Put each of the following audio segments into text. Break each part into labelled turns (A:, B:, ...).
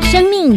A: 生命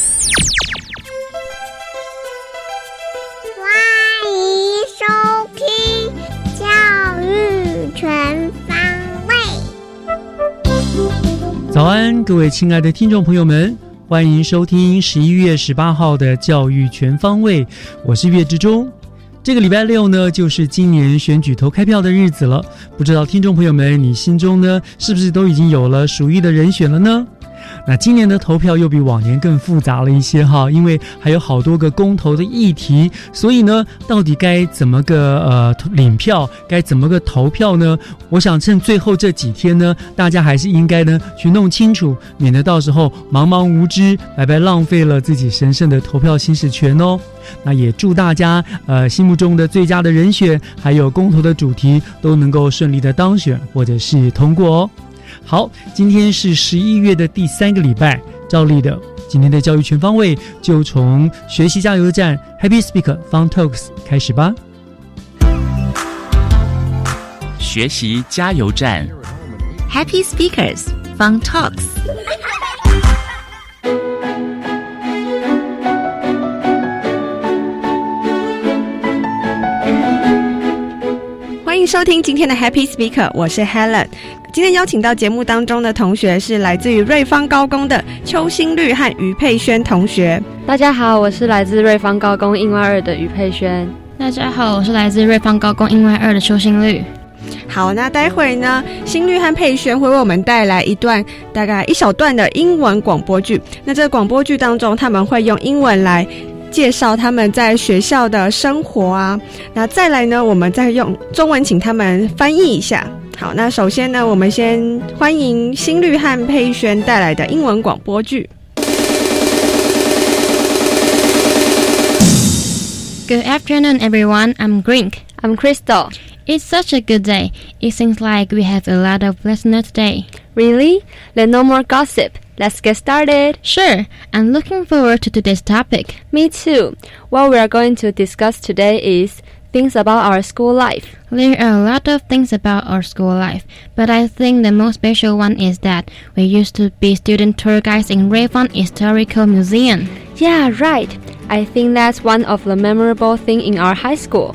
B: 欢迎收听教育全方位。
C: 早安，各位亲爱的听众朋友们，欢迎收听十一月十八号的《教育全方位》，我是岳志忠。这个礼拜六呢，就是今年选举投开票的日子了。不知道听众朋友们，你心中呢，是不是都已经有了属意的人选了呢？那今年的投票又比往年更复杂了一些哈，因为还有好多个公投的议题，所以呢，到底该怎么个呃领票，该怎么个投票呢？我想趁最后这几天呢，大家还是应该呢去弄清楚，免得到时候茫茫无知，白白浪费了自己神圣的投票行使权哦。那也祝大家呃心目中的最佳的人选，还有公投的主题都能够顺利的当选或者是通过哦。好，今天是十一月的第三个礼拜，照例的，今天的教育全方位就从学习加油站 Happy Speak Fun Talks 开始吧。
D: 学习加油站，
E: Happy Speakers Fun Talks。
F: 欢迎收听今天的 Happy Speaker，我是 Helen。今天邀请到节目当中的同学是来自于瑞芳高工的邱新律和于佩轩同学。
G: 大家好，我是来自瑞芳高工印外二的于佩轩。
H: 大家好，我是来自瑞芳高工英外二的邱心律。
F: 好，那待会呢，新律和佩轩会为我们带来一段大概一小段的英文广播剧。那这个广播剧当中，他们会用英文来。介绍他们在学校的生活啊，那再来呢，我们再用中文请他们翻译一下。好，那首先呢，我们先欢迎新律和佩轩带来的英文广播剧。
H: Good afternoon, everyone. I'm Grink.
G: I'm Crystal.
H: It's such a good day. It seems like we have a lot of listeners today.
G: Really? Then no more gossip. Let's get started.
H: Sure, I'm looking forward to today's topic.
G: Me too. What we are going to discuss today is things about our school life.
H: There are a lot of things about our school life, but I think the most special one is that we used to be student tour guides in Rayfon Historical Museum.
G: Yeah, right. I think that's one of the memorable thing in our high school.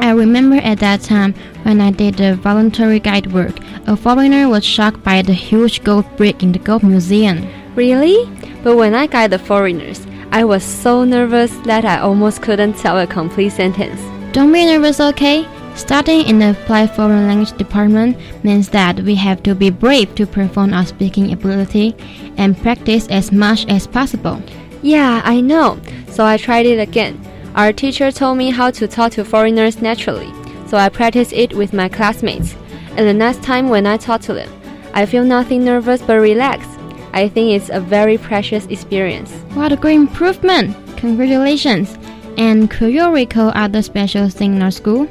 H: I remember at that time when I did the voluntary guide work, a foreigner was shocked by the huge gold brick in the gold museum.
G: Really? But when I guide the foreigners, I was so nervous that I almost couldn't tell a complete sentence.
H: Don't be nervous, okay? Studying in the Applied Foreign Language Department means that we have to be brave to perform our speaking ability and practice as much as possible.
G: Yeah, I know. So I tried it again. Our teacher told me how to talk to foreigners naturally, so I practiced it with my classmates. And the next time when I talk to them, I feel nothing nervous but relaxed. I think it's a very precious experience.
H: What a great improvement! Congratulations! And could you recall other special things in our school?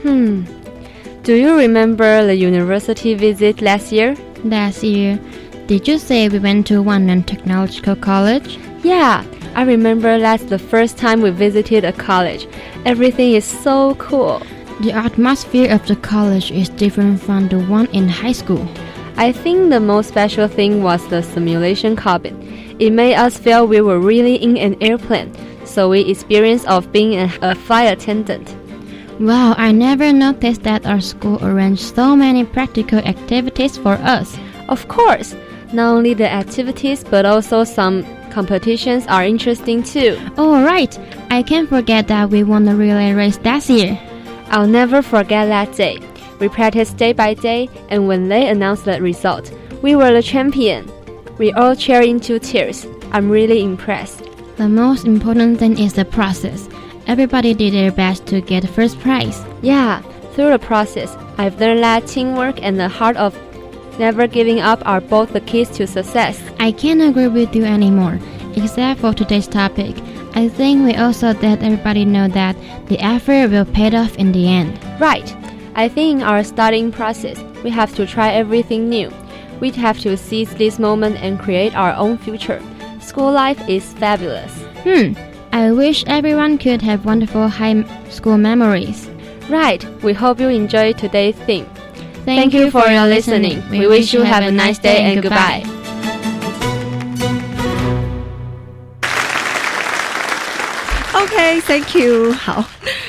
G: Hmm. Do you remember the university visit last year?
H: Last year, did you say we went to Wanlan Technological College?
G: Yeah, I remember that's the first time we visited a college. Everything is so cool.
H: The atmosphere of the college is different from the one in high school.
G: I think the most special thing was the simulation cabin. It made us feel we were really in an airplane, so we experienced of being a, a flight attendant.
I: Wow, I never noticed that our school arranged so many practical activities for us.
G: Of course, not only the activities but also some competitions are interesting too.
I: All right, I can't forget that we won the relay race last year.
G: I'll never forget that day. We practiced day by day, and when they announced the result, we were the champion. We all cheered into tears. I'm really impressed.
I: The most important thing is the process. Everybody did their best to get first prize.
G: Yeah, through the process, I've learned that teamwork and the heart of never giving up are both the keys to success.
I: I can't agree with you anymore, except for today's topic. I think we also let everybody know that the effort will pay off in the end.
G: Right. I think in our studying process, we have to try everything new. We have to seize this moment and create our own future. School life is fabulous.
I: Hmm. I wish everyone could have wonderful high school memories.
G: Right. We hope you enjoy today's theme.
I: Thank, you for your listening. We wish you have a nice day and goodbye.
F: ，OK，Thank、you。好，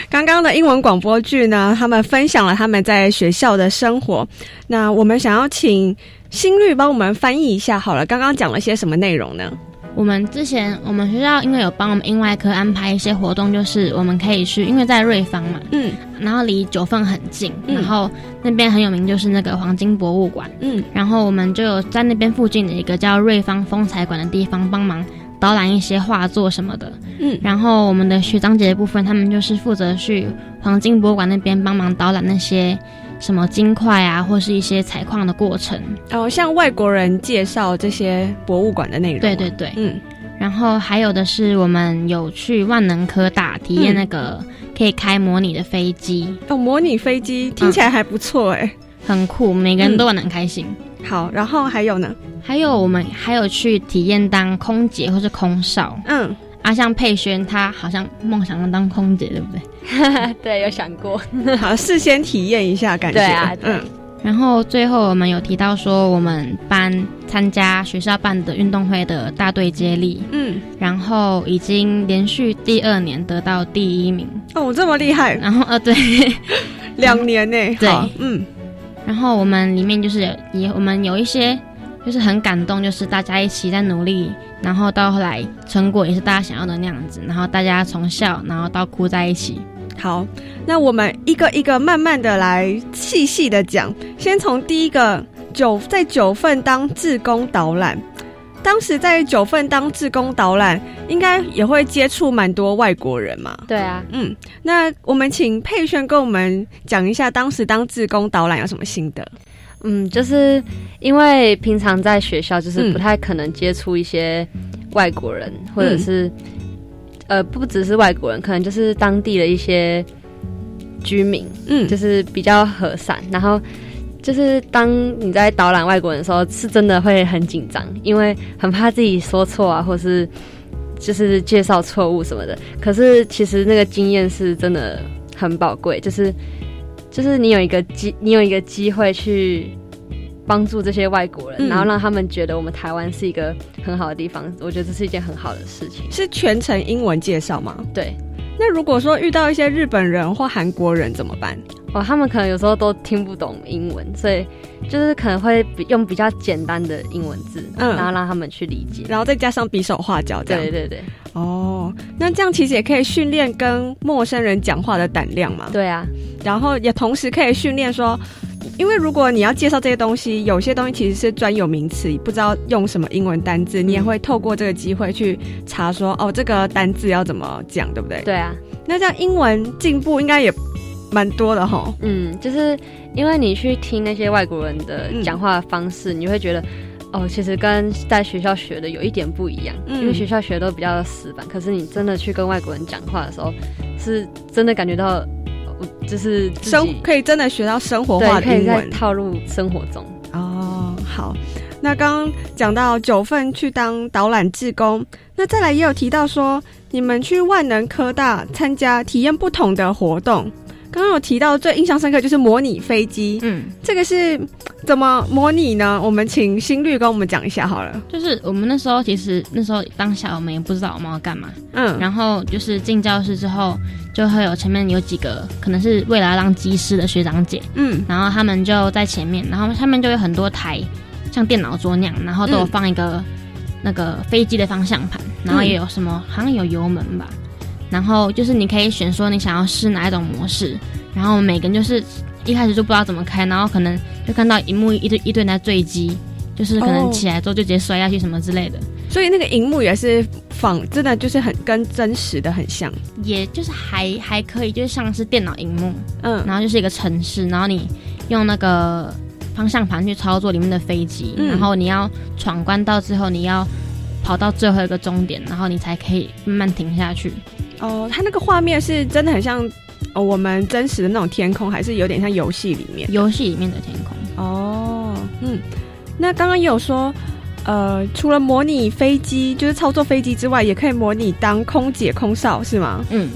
F: 刚刚的英文广播剧呢，他们分享了他们在学校的生活。那我们想要请新律帮我们翻译一下好了，刚刚讲了些什么内容呢？
I: 我们之前我们学校因为有帮我们英外科安排一些活动，就是我们可以去，因为在瑞芳嘛，
F: 嗯
I: 然后离九份很近，
F: 嗯
I: 然后那边很有名就是那个黄金博物馆，
F: 嗯
I: 然后我们就有在那边附近的一个叫瑞芳风采馆的地方帮忙导览一些画作什么的。
F: 嗯
I: 然后我们的学长姐的部分，他们就是负责去黄金博物馆那边帮忙导览那些什么金块啊，或是一些采矿的过程。
F: 哦，向外国人介绍这些博物馆的内容。
I: 对对，对。
F: 嗯
I: 然后还有的是，我们有去万能科大体验
F: 嗯
I: 那个可以开模拟的飞机，
F: 哦，模拟飞机听起来还不错哎、
I: 很酷，每个人都玩得很开心。
F: 好，然后还有呢？
I: 还有我们还有去体验当空姐或是空少。
F: 嗯，
I: 啊，像佩轩，她好像梦想要当空姐，对不对？
G: 对，有想过。
F: 好，事先体验一下感觉。
G: 对啊对
F: 嗯
I: 然后最后我们有提到说，我们班参加学校办的运动会的大队接力，
F: 嗯，
I: 然后已经连续第二年得到第一名。
F: 哦，这么厉害，
I: 然后呃 对，
F: 两年呢？
I: 对
F: 好嗯
I: 然后我们里面就是有也我们有一些就是很感动，就是大家一起在努力，然后到后来成果也是大家想要的那样子，然后大家从笑然后到哭在一起。
F: 好，那我们一个一个慢慢的来，细细的讲。先从第一个九在九份当志工导览，当时在九份当志工导览，应该也会接触蛮多外国人嘛。
G: 对啊，
F: 嗯，那我们请佩璇跟我们讲一下当时当志工导览有什么心得。
G: 嗯，就是因为平常在学校就是
F: 嗯
G: 不太可能接触一些外国人，或者是呃，不只是外国人，可能就是当地的一些居民，
F: 嗯，
G: 就是比较和善。然后就是当你在导览外国人的时候，是真的会很紧张，因为很怕自己说错啊，或是就是介绍错误什么的。可是其实那个经验是真的很宝贵，就是就是你有一个机，你有一个机会去。帮助这些外国人，
F: 嗯
G: 然后让他们觉得我们台湾是一个很好的地方，我觉得这是一件很好的事情。
F: 是全程英文介绍吗？
G: 对，
F: 那如果说遇到一些日本人或韩国人怎么办？
G: 哦，他们可能有时候都听不懂英文，所以就是可能会比用比较简单的英文字，
F: 嗯
G: 然后让他们去理解。
F: 然后再加上比手画脚这样。
G: 对对对，
F: 哦，那这样其实也可以训练跟陌生人讲话的胆量嘛。
G: 对啊，
F: 然后也同时可以训练说，因为如果你要介绍这些东西，有些东西其实是专有名词，不知道用什么英文单
G: 嗯
F: 字，你也会透过这个机会去查说，哦，这个单字要怎么讲，对不对？。
G: 对啊，
F: 那这样英文进步应该也蛮多的吼。
G: 嗯，就是因为你去听那些外国人的
F: 嗯
G: 讲话方式，你会觉得。哦，其实跟在学校学的有一点不一样，
F: 嗯
G: 因为学校学的都比较死板，可是你真的去跟外国人讲话的时候，是真的感觉到，呃就是自己
F: 生可以真的学到生活
G: 对，
F: 化的
G: 可以
F: 英
G: 在
F: 文
G: 套入生活中。
F: 哦。好，那刚刚讲到九份去当导览志工，那再来也有提到说，你们去万能科大参加体验不同的活动，刚刚有提到最印象深刻就是模拟飞机，
I: 嗯，
F: 这个是怎么模拟呢？我们请心率跟我们讲一下好了。
I: 就是我们那时候其实那时候当下我们也不知道我们要干嘛，
F: 嗯，
I: 然后就是进教室之后，就会有前面有几个可能是未来要当机师的学长姐，
F: 嗯
I: 然后他们就在前面，然后下面就有很多台，像电脑桌那样，然后都有
F: 嗯
I: 放一个、那个飞机的方向盘，然后也有什么、好像有油门吧，然后就是你可以选说你想要试哪一种模式，然后每个人就是一开始就不知道怎么开，然后可能就看到荧幕一堆一堆人在坠机，就是可
F: 哦
I: 能起来之后就直接摔下去什么之类的，
F: 所以那个荧幕也是仿，真的就是很跟真实的很像。
I: 也就是还还可以，就是像是电脑荧幕，
F: 嗯
I: 然后就是一个城市，然后你用那个方向盘去操作里面的飞机，
F: 嗯
I: 然后你要闯关到之后，你要跑到最后一个终点，然后你才可以慢慢停下去。
F: 哦，它那个画面是真的很像、哦、我们真实的那种天空，还是有点像游戏里面。
I: 游戏里面的天空，
F: 哦，嗯，那刚刚也有说，呃，除了模拟飞机，就是操作飞机之外，也可以模拟当空姐、空少，是吗？
I: 嗯，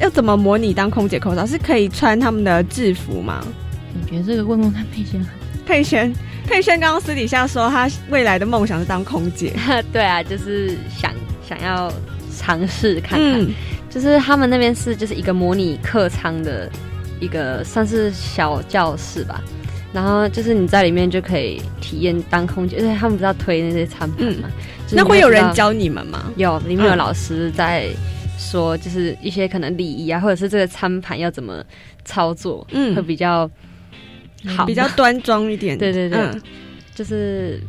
F: 要怎么模拟当空姐、空少？是可以穿他们的制服吗？
I: 你觉得这个问问看佩轩？
F: 佩轩， 佩轩刚刚私底下说，她未来的梦想是当空姐。
G: 对啊，就是想想要尝试看看，
F: 嗯，
G: 就是他们那边是就是一个模拟客舱的一个算是小教室吧，然后就是你在里面就可以体验当空姐，而且他们不是要推那些餐盘嘛，就是你
F: 嗯那会有人
G: 知道
F: 教你们吗？
G: 有，里面有
F: 嗯
G: 老师在说，就是一些可能礼仪啊，或者是这个餐盘要怎么操作，
F: 嗯
G: 会比较好，
F: 比较端庄一点。
G: 对对对
F: 嗯
G: 就是、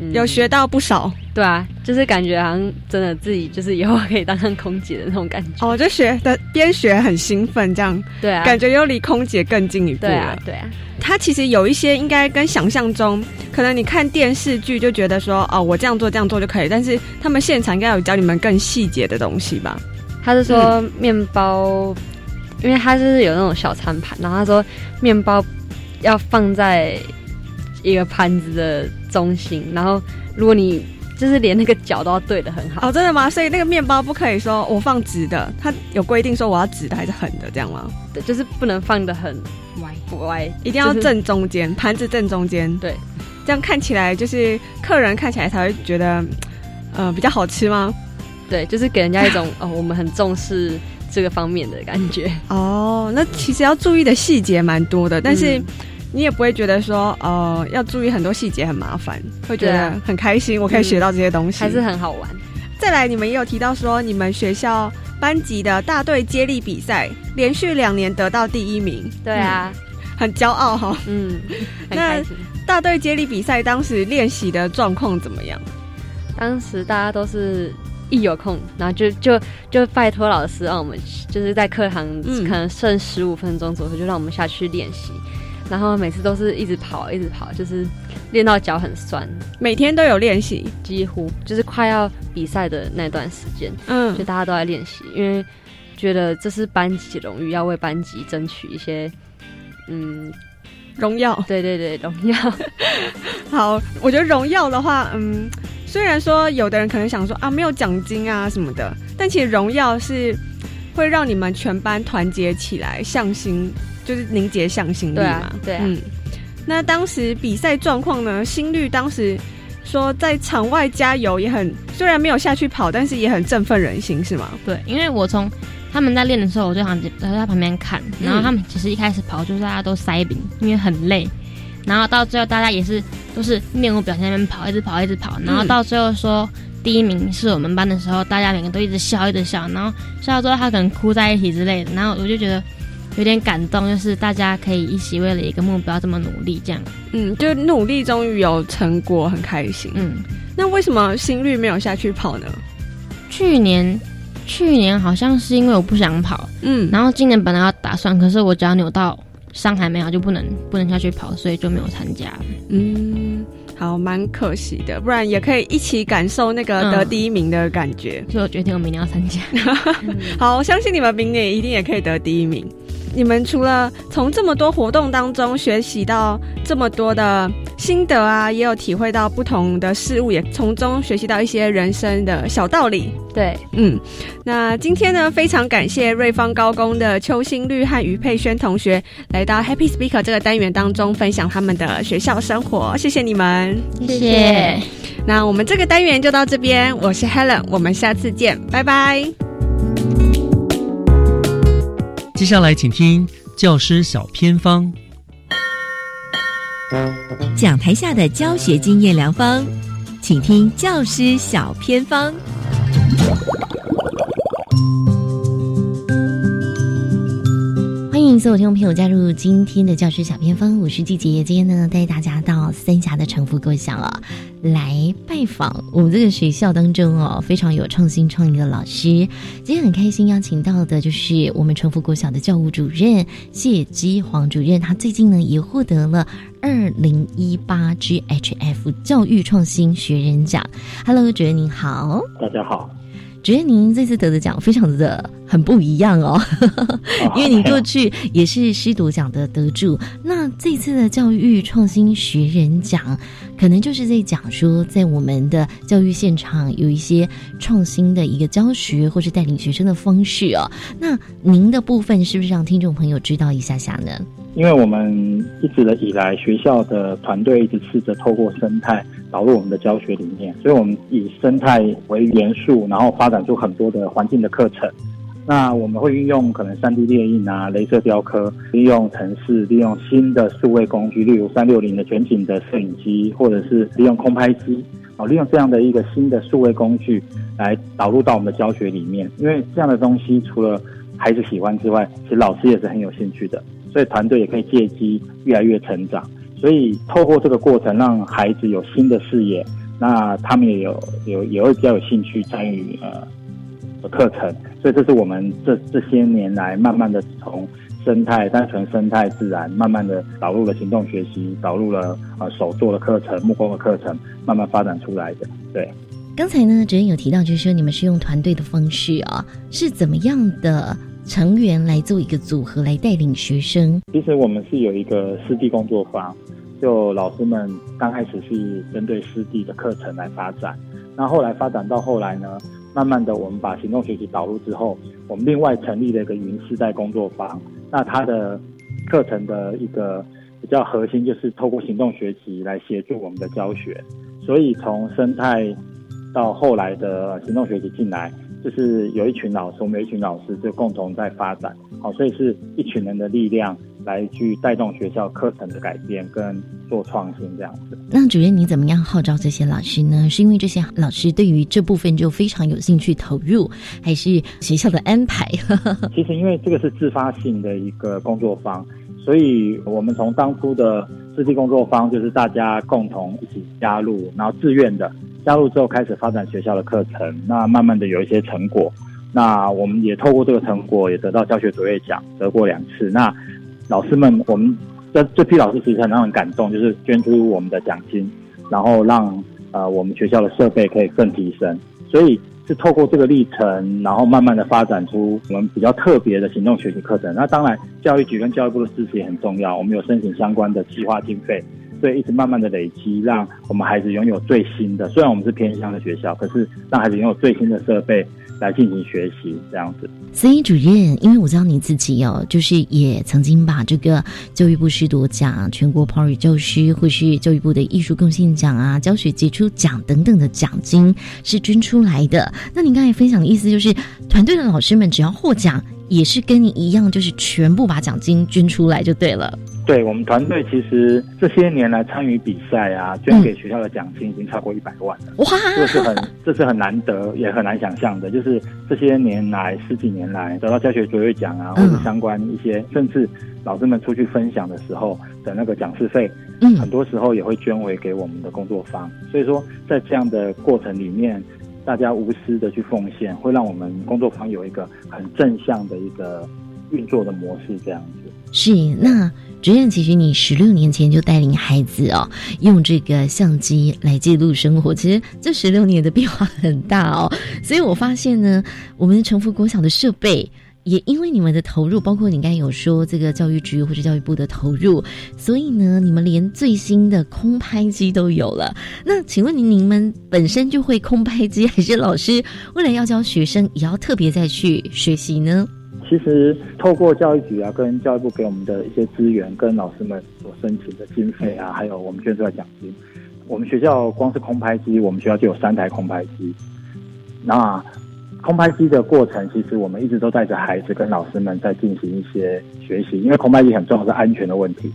G: 嗯
F: 有学到不少
G: 对啊，就是感觉好像真的自己就是以后可以当上空姐的那种感觉，
F: 哦，就学的边学很兴奋，这样、
G: 对啊，
F: 感觉又离空姐更进一步
G: 对
F: 了。
G: 啊，对啊，
F: 它其实有一些应该跟想象中，可能你看电视剧就觉得说哦，我这样做这样做就可以，但是他们现场应该有教你们更细节的东西吧？
G: 他是说面包，因为他就是有那种小餐盘，然后他说面包要放在一个盘子的中心，然后如果你就是连那个角都要对的很好。
F: 哦，真的吗？所以那个面包不可以说我放直的，它有规定说我要直的还是横的，这样吗？
G: 对，就是不能放的很
I: 歪，
G: 歪，
F: 一定要
G: 就是
F: 正中间，盘子正中间。
G: 对，
F: 这样看起来就是客人看起来才会觉得，呃，比较好吃吗？
G: 对，就是给人家一 种哦，我们很重视这个方面的感觉。
F: 哦，那其实要注意的细节蛮多的，但是
G: 嗯
F: 你也不会觉得说，呃，要注意很多细节很麻烦，会觉
G: 对
F: 得
G: 啊
F: 很开心，我可以学到这些东西。
G: 嗯还是很好玩。
F: 再来，你们也有提到说，你们学校班级的大队接力比赛连续两年得到第一名，
G: 对啊，
F: 很骄傲哈、
G: 嗯，很
F: 那
G: 开心。
F: 大队接力比赛当时练习的状况怎么样？
G: 当时大家都是一有空，然后就就就拜托老师让我们就是在课堂
F: 嗯
G: 可能剩十五分钟左右，就让我们下去练习。然后每次都是一直跑，一直跑，就是练到脚很酸，
F: 每天都有练习，
G: 几乎就是快要比赛的那段时间，
F: 嗯
G: 就，大家都在练习，因为觉得这是班级荣誉，要为班级争取一些，嗯，
F: 荣耀。
G: 对对对，荣耀。
F: 好，我觉得荣耀的话，嗯，虽然说有的人可能想说啊，没有奖金啊什么的，但其实荣耀是会让你们全班团结起来，向心就是凝结向心力嘛。
G: 对啊对啊
F: 嗯，那当时比赛状况呢？心率当时说在场外加油也很，虽然没有下去跑，但是也很振奋人心，是吗？
I: 对，因为我从他们在练的时候，我就想我就在旁边看，然后他们其实一开始跑就是大家都塞饼，因为很累，然后到最后大家也是都是面无表情在那边跑，一直跑，一直跑，然后到最后说。第一名是我们班的时候，大家每个人都一直笑，一直笑，然后笑到最后他可能哭在一起之类的，然后我就觉得有点感动，就是大家可以一起为了一个目标这么努力，这样，
F: 嗯，就努力终于有成果，很开心。
I: 嗯，
F: 那为什么心率没有下去跑呢？
I: 去年去年好像是因为我不想跑，
F: 嗯，
I: 然后今年本来要打算，可是我只要扭到伤还没好，就不能不能下去跑，所以就没有参加。
F: 嗯，好，蛮可惜的，不然也可以一起感受那个得
I: 嗯
F: 第一名的感觉。
I: 所以我决定我明年要参加。
F: 好，我相信你们明年一定也可以得第一名。你们除了从这么多活动当中学习到这么多的心得啊，也有体会到不同的事物，也从中学习到一些人生的小道理。
G: 对，啊
F: 嗯，那今天呢，非常感谢瑞芳高工的邱心律和于佩轩同学来到 Happy Speaker 这个单元当中，分享他们的学校生活。谢谢你们，
I: 谢谢。
F: 那我们这个单元就到这边，我是 Helen，我们下次见，拜拜。
C: 接下来请听教师小偏方。
J: 讲台下的教学经验良方，请听教师小偏方。
A: 欢迎所有听众朋友加入今天的教师小偏方，我是季姐。今天呢，带大家到三峡的城福国小啊、哦，来拜访我们这个学校当中哦，非常有创新创意的老师。今天很开心邀请到的就是我们城福国小的教务主任谢基黄主任，他最近呢也获得了二零一八 GHF 教育创新学人奖。Hello，主任您好，
K: 大家好。
A: 主任，您这次得的奖非常的很不一样哦，因为你过去也是师铎奖的得主。那这次的教育创新学人奖，可能就是在讲说，在我们的教育现场有一些创新的一个教学或是带领学生的方式哦。那您的部分是不是让听众朋友知道一下下呢？
K: 因为我们一直的以来，学校的团队一直试着透过生态导入我们的教学理念，所以我们以生态为元素，然后发展出很多的环境的课程。那我们会运用可能三 D 列印啊、镭射雕刻，利用城市，利用新的数位工具，例如三六零的全景的摄影机，或者是利用空拍机，哦，利用这样的一个新的数位工具来导入到我们的教学里面。因为这样的东西除了孩子喜欢之外，其实老师也是很有兴趣的。所以团队也可以借机越来越成长，所以透过这个过程，让孩子有新的视野，那他们也有有也会比较有兴趣参与呃课程，所以这是我们这这些年来慢慢的从生态单纯生态自然，慢慢的导入了行动学习，导入了呃手做的课程、木工的课程，慢慢发展出来的，对。
A: 刚才呢，主任有提到，就是说你们是用团队的方式啊、哦，是怎么样的？成员来做一个组合，来带领学生。
K: 其实我们是有一个师地工作坊，就老师们刚开始是针对师地的课程来发展，那后来发展到后来呢，慢慢的我们把行动学习导入之后，我们另外成立了一个云世代工作坊。那它的课程的一个比较核心就是透过行动学习来协助我们的教学，所以从生态到后来的行动学习进来。就是有一群老师，我们有一群老师就共同在发展，好，所以是一群人的力量来去带动学校课程的改变跟做创新这样子。
A: 那主任你怎么样号召这些老师呢？是因为这些老师对于这部分就非常有兴趣投入，还是学校的安排？
K: 其实因为这个是自发性的一个工作坊，所以我们从当初的设计工作坊就是大家共同一起加入，然后自愿的。加入之后开始发展学校的课程，那慢慢的有一些成果，那我们也透过这个成果也得到教学卓越奖，得过两次。那老师们，我们这这批老师其实很让人感动，就是捐出我们的奖金，然后让呃我们学校的设备可以更提升。所以是透过这个历程，然后慢慢的发展出我们比较特别的行动学习课程。那当然，教育局跟教育部的支持也很重要，我们有申请相关的计划经费。所以一直慢慢的累积，让我们孩子拥有最新的。虽然我们是偏乡的学校，可是让孩子拥有最新的设备来进行学习，这样子。
A: 所以主任，因为我知道你自己哦，就是也曾经把这个教育部师铎奖、全国 PORI 教师或是教育部的艺术贡献奖啊、教学杰出奖等等的奖金是捐出来的。那您刚才分享的意思就是，团队的老师们只要获奖，也是跟你一样，就是全部把奖金捐出来就对了。
K: 对我们团队，其实这些年来参与比赛啊，捐给学校的奖金已经超过一百万了。哇，这是很这是很难得，也很难想象的。就是这些年来，十几年来得到教学卓越奖啊，或者相关一些，甚至老师们出去分享的时候的那个讲师费，嗯，很多时候也会捐回给我们的工作方。所以说，在这样的过程里面。大家无私的去奉献，会让我们工作坊有一个很正向的一个运作的模式，这样子。
A: 是，那主任，其实你十六年前就带领孩子哦，用这个相机来记录生活。其实这十六年的变化很大哦，所以我发现呢，我们城福国小的设备。也因为你们的投入，包括你刚才有说这个教育局或者教育部的投入，所以呢，你们连最新的空拍机都有了。那请问您，你们本身就会空拍机，还是老师为了要教学生，也要特别再去学习呢？
K: 其实透过教育局啊，跟教育部给我们的一些资源，跟老师们所申请的经费啊，还有我们捐出来奖金，我们学校光是空拍机，我们学校就有三台空拍机。那空拍机的过程，其实我们一直都带着孩子跟老师们在进行一些学习，因为空拍机很重要是安全的问题，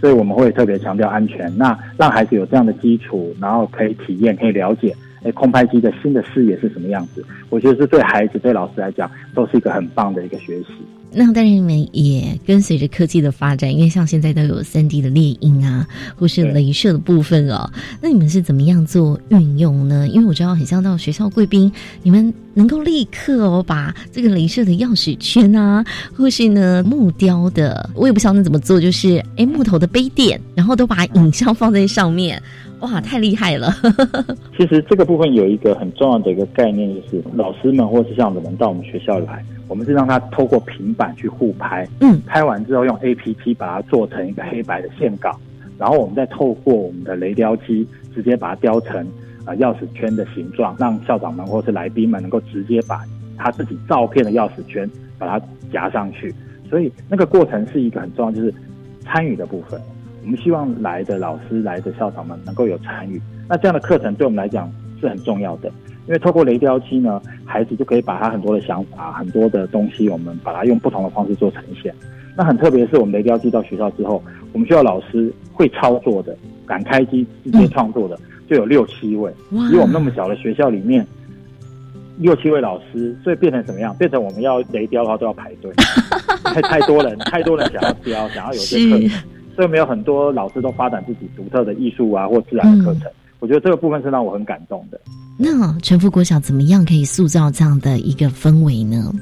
K: 所以我们会特别强调安全。那让孩子有这样的基础，然后可以体验，可以了解，哎，空拍机的新的视野是什么样子？我觉得是对孩子、对老师来讲，都是一个很棒的一个学习。
A: 那当然，你们也跟随着科技的发展，因为像现在都有三 D 的猎鹰啊，或是镭射的部分哦。那你们是怎么样做运用呢？因为我知道，很像到学校贵宾，你们能够立刻哦把这个镭射的钥匙圈啊，或是呢木雕的，我也不晓得怎么做，就是哎木头的杯垫，然后都把影像放在上面。哇，太厉害了！
K: 其实这个部分有一个很重要的一个概念，就是老师们或是像我们到我们学校来，我们是让他透过平板去互拍，
A: 嗯，
K: 拍完之后用 A P P 把它做成一个黑白的线稿，然后我们再透过我们的雷雕机直接把它雕成啊、呃钥匙圈的形状，让校长们或是来宾们能够直接把他自己照片的钥匙圈把它夹上去，所以那个过程是一个很重要，就是参与的部分。我们希望来的老师、来的校长们能够有参与。那这样的课程对我们来讲是很重要的，因为透过雷雕机呢，孩子就可以把他很多的想法、很多的东西，我们把它用不同的方式做呈现。那很特别是，我们雷雕机到学校之后，我们学校老师会操作的、敢开机直接创作的，就有六七位。
A: 哇
K: 以我们那么小的学校里面，六七位老师，所以变成什么样？变成我们要雷雕的话都要排队，太太多人，太多人想要雕，想要有些课程。所以我们有很多老师都发展自己独特的艺术啊或自然的课程。我觉得这个部分是让我很感动的。
A: 那陈富国小怎么样可以塑造这样的一个氛围呢？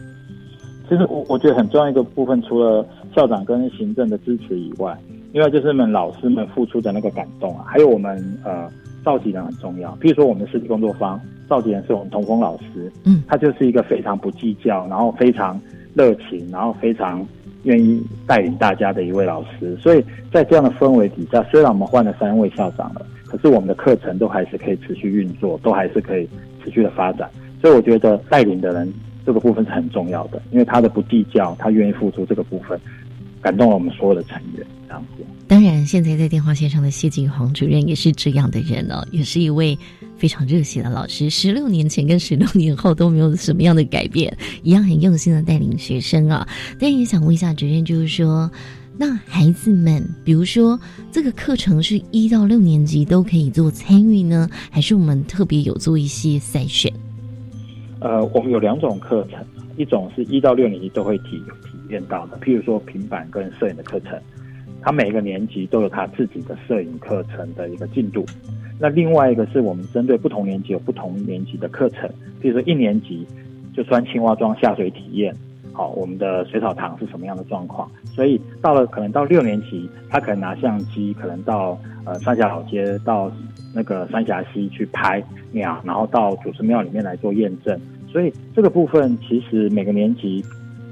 K: 其实我我觉得很重要一个部分，除了校长跟行政的支持以外，另外就是我们老师们付出的那个感动啊，还有我们呃召集人很重要。譬如说我们的实际工作坊召集人是我们童峰老师，
A: 嗯，
K: 他就是一个非常不计较，然后非常热情，然后非常愿意带领大家的一位老师。所以在这样的氛围底下，虽然我们换了三位校长了，可是我们的课程都还是可以持续运作，都还是可以持续的发展。所以我觉得带领的人这个部分是很重要的，因为他的不计较，他愿意付出这个部分，感动了我们所有的成员。这样子，
A: 当然，现在在电话线上的谢景煌主任也是这样的人哦，也是一位非常热血的老师。十六年前跟十六年后都没有什么样的改变，一样很用心的带领学生啊、但也想问一下主任，就是说，那孩子们，比如说这个课程是一到六年级都可以做参与呢，还是我们特别有做一些筛选？
K: 呃，我们有两种课程，一种是一到六年级都会体体验到的，譬如说平板跟摄影的课程，他每个年级都有他自己的摄影课程的一个进度。那另外一个是我们针对不同年级有不同年级的课程，譬如说一年级就穿青蛙装下水体验，好，我们的水草堂是什么样的状况？所以到了可能到六年级，他可能拿相机，可能到呃三峡老街到那个三峡溪去拍鸟，然后到祖师庙里面来做验证。所以这个部分其实每个年级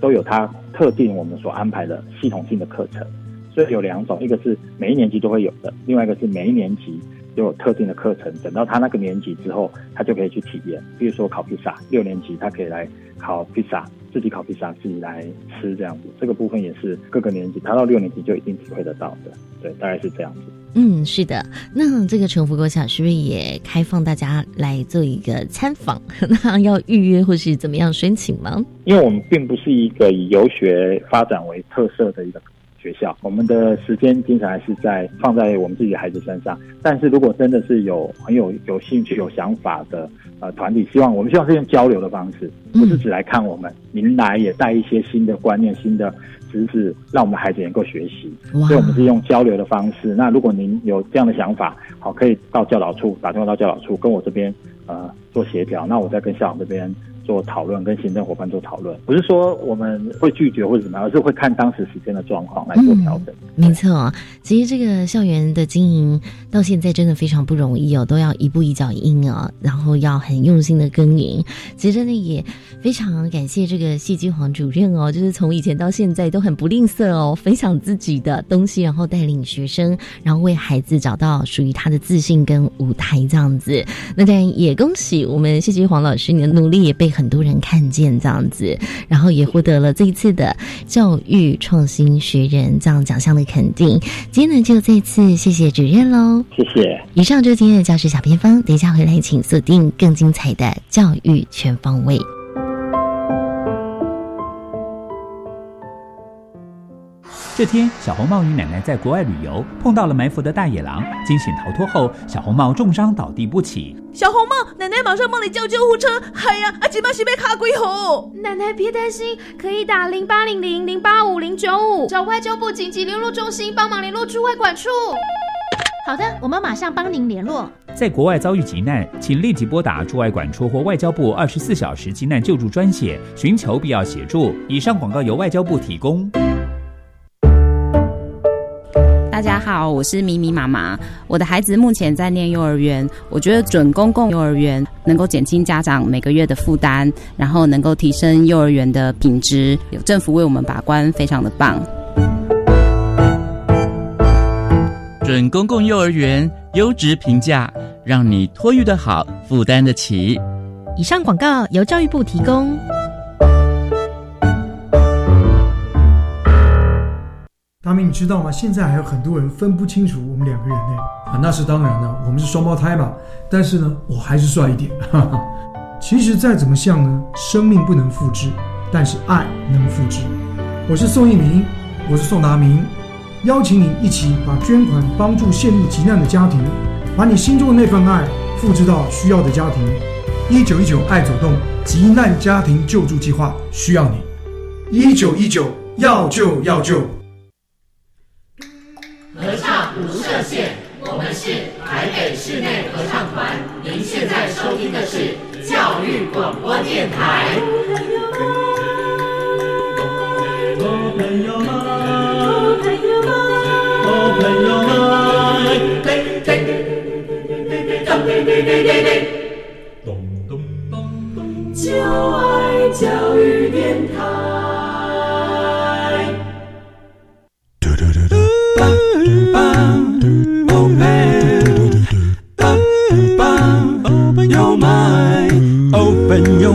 K: 都有它特定我们所安排的系统性的课程，所以有两种，一个是每一年级都会有的，另外一个是每一年级都有特定的课程，等到他那个年级之后，他就可以去体验，比如说考披萨，六年级他可以来烤披萨，自己烤披萨自己来吃这样子，这个部分也是各个年级，他到六年级就一定体会得到的，对，大概是这样子。
A: 嗯，是的。那这个城福国小是不是也开放大家来做一个参访？ 那要预约或是怎么样申请吗？
K: 因为我们并不是一个以游学发展为特色的一个学校，我们的时间经常还是在放在我们自己的孩子身上。但是如果真的是有很有有兴趣、有想法的呃团体，希望我们希望是用交流的方式，不是只来看我们，您来也带一些新的观念、新的知识，让我们孩子能够学习。
A: 哇
K: 所以我们是用交流的方式。那如果您有这样的想法，好，可以到教导处打电话到教导处跟我这边呃做协调，那我再跟校长这边做讨论，跟行政伙伴做讨论，不是说我们会拒绝或者怎么样，而是会看当时时间的状况来做调整。嗯、
A: 没错，哦其实这个校园的经营到现在真的非常不容易哦，都要一步一脚印哦，然后要很用心的耕耘。其实真的也非常感谢这个戏剧黄主任哦，就是从以前到现在都很不吝啬哦，分享自己的东西，然后带领学生，然后为孩子找到属于他的自信跟舞台这样子。那当然也恭喜我们谢谢黄老师，你的努力也被很多人看见这样子，然后也获得了这一次的教育创新学人这样奖项的肯定。今天呢，就再次谢谢主任喽，
K: 谢谢。
A: 以上就是今天的教师小偏方，等一下回来请锁定更精彩的教育全方位。
D: 这天，小红帽与奶奶在国外旅游，碰到了埋伏的大野狼。惊险逃脱后，小红帽重伤倒地不起。
L: 小红帽，奶奶马上帮你叫救护车！哎呀，阿吉玛西被卡鬼吼！
M: 奶奶别担心，可以打零八零零零八五零九五找外交部紧急联络中心帮忙联络驻外管处。
N: 好的，我们马上帮您联络。
D: 在国外遭遇急难，请立即拨打驻外管处或外交部二十四小时急难救助专线，寻求必要协助。以上广告由外交部提供。
E: 大家好，我是咪咪妈妈。我的孩子目前在念幼儿园，我觉得准公共幼儿园能够减轻家长每个月的负担，然后能够提升幼儿园的品质。有政府为我们把关，非常的棒。
O: 准公共幼儿园优质评价，让你托育的好，负担得起。
P: 以上广告由教育部提供。
Q: 大明，你知道吗？现在还有很多人分不清楚我们两个人呢。啊，那是当然了，我们是双胞胎嘛。但是呢，我还是帅一 点。哈哈。其实再怎么像呢，生命不能复制，但是爱能复制。我是宋一鸣，我是宋达明，邀请你一起把捐款帮助陷入急难的家庭，把你心中的那份爱复制到需要的家庭。一九一九爱走动急难家庭救助计划需要你。一九一九要救要救。
R: 合唱无设限，我们是台北室内合唱团。您现在收听的是教育广播电台。
S: 哦朋友们，哦朋友们，哦朋友们，叮叮叮叮当叮叮叮叮叮，咚咚咚咚，就爱教育电台。
T: Open your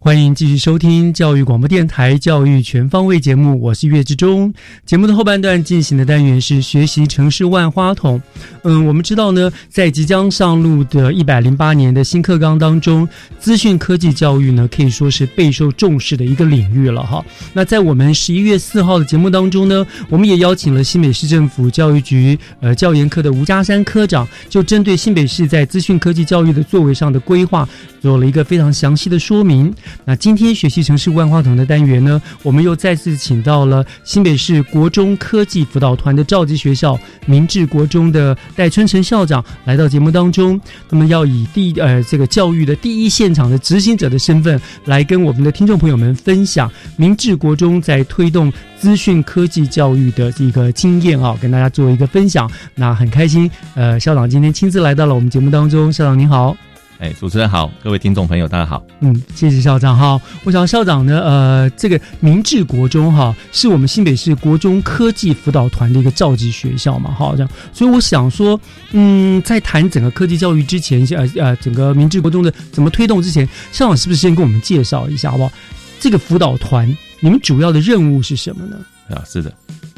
C: 欢迎继续收听教育广播电台《教育全方位》节目，我是岳志忠。节目的后半段进行的单元是“学习城市万花筒”。嗯，我们知道呢，在即将上路的一百零八年的新课纲当中，资讯科技教育呢可以说是备受重视的一个领域了哈。那在我们十一月四号的节目当中呢，我们也邀请了新北市政府教育局呃教研科的吴家山科长，就针对新北市在资讯科技教育的作为上的规划，做了一个非常详细的说明。那今天学习城市万花筒的单元呢，我们又再次请到了新北市国中科技辅导团的召集学校明治国中的戴春成校长来到节目当中。那么要以第呃这个教育的第一现场的执行者的身份，来跟我们的听众朋友们分享明治国中在推动资讯科技教育的这个经验啊、哦，跟大家做一个分享。那很开心，呃，校长今天亲自来到了我们节目当中，校长您好。
U: 哎，主持人好，各位听众朋友，大家好。
C: 嗯，谢谢校长哈。我想校长呢，呃，这个明治国中哈，是我们新北市国中科技辅导团的一个召集学校嘛，哈，这样。所以我想说，嗯，在谈整个科技教育之前，呃呃，整个明治国中的怎么推动之前，校长是不是先给我们介绍一下，好不好？这个辅导团，你们主要的任务是什么呢？
U: 啊，是的，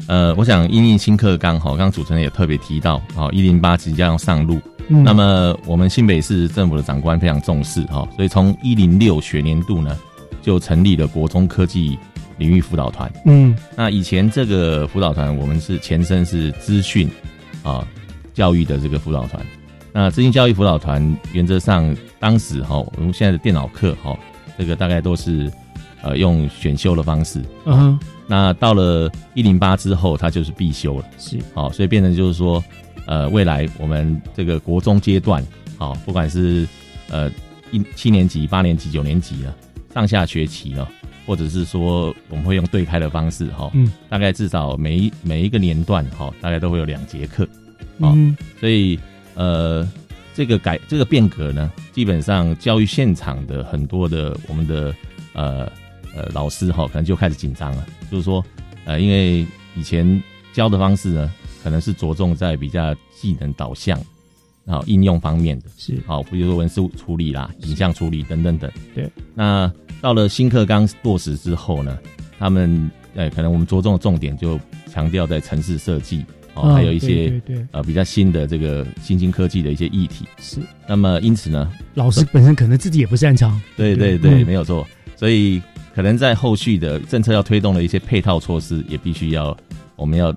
U: 呃，我想因应新课纲哈，刚刚主持人也特别提到，哦，一零八即将要上路。嗯、那么，我们新北市政府的长官非常重视哈、哦，所以从一零六学年度呢，就成立了国中科技领域辅导团。
C: 嗯，
U: 那以前这个辅导团，我们是前身是资讯啊教育的这个辅导团。那资金教育辅导团原则上当时哈，我们现在的电脑课哈，这个大概都是呃用选修的方式。
C: 嗯哼
U: 那到了一零八之后，它就是必修了。
C: 是，
U: 好、所以变成就是说，呃，未来我们这个国中阶段，好、不管是呃一七年级、八年级、九年级了，上下学期了，或者是说我们会用对开的方式哈、
C: 嗯，
U: 大概至少每一每一个年段哈、大概都会有两节课，哦
C: 嗯
U: 所以呃，这个改这个变革呢，基本上教育现场的很多的我们的呃呃老师哈，可能就开始紧张了，就是说呃，因为以前教的方式呢，可能是着重在比较技能导向。啊、应用方面的
C: 是
U: 好、比如说文书处理啦、影像处理等等等。
C: 对，
U: 那到了新课纲落实之后呢，他们呃，可能我们着重的重点就强调在城市设计哦，
C: 嗯
U: 还有一些
C: 对对对
U: 呃比较新的这个新兴科技的一些议题。
C: 是，
U: 那么因此呢，
C: 老师本身可能自己也不擅长。
U: 对对对，
C: 嗯
U: 没有错。所以可能在后续的政策要推动的一些配套措施，也必须要我们要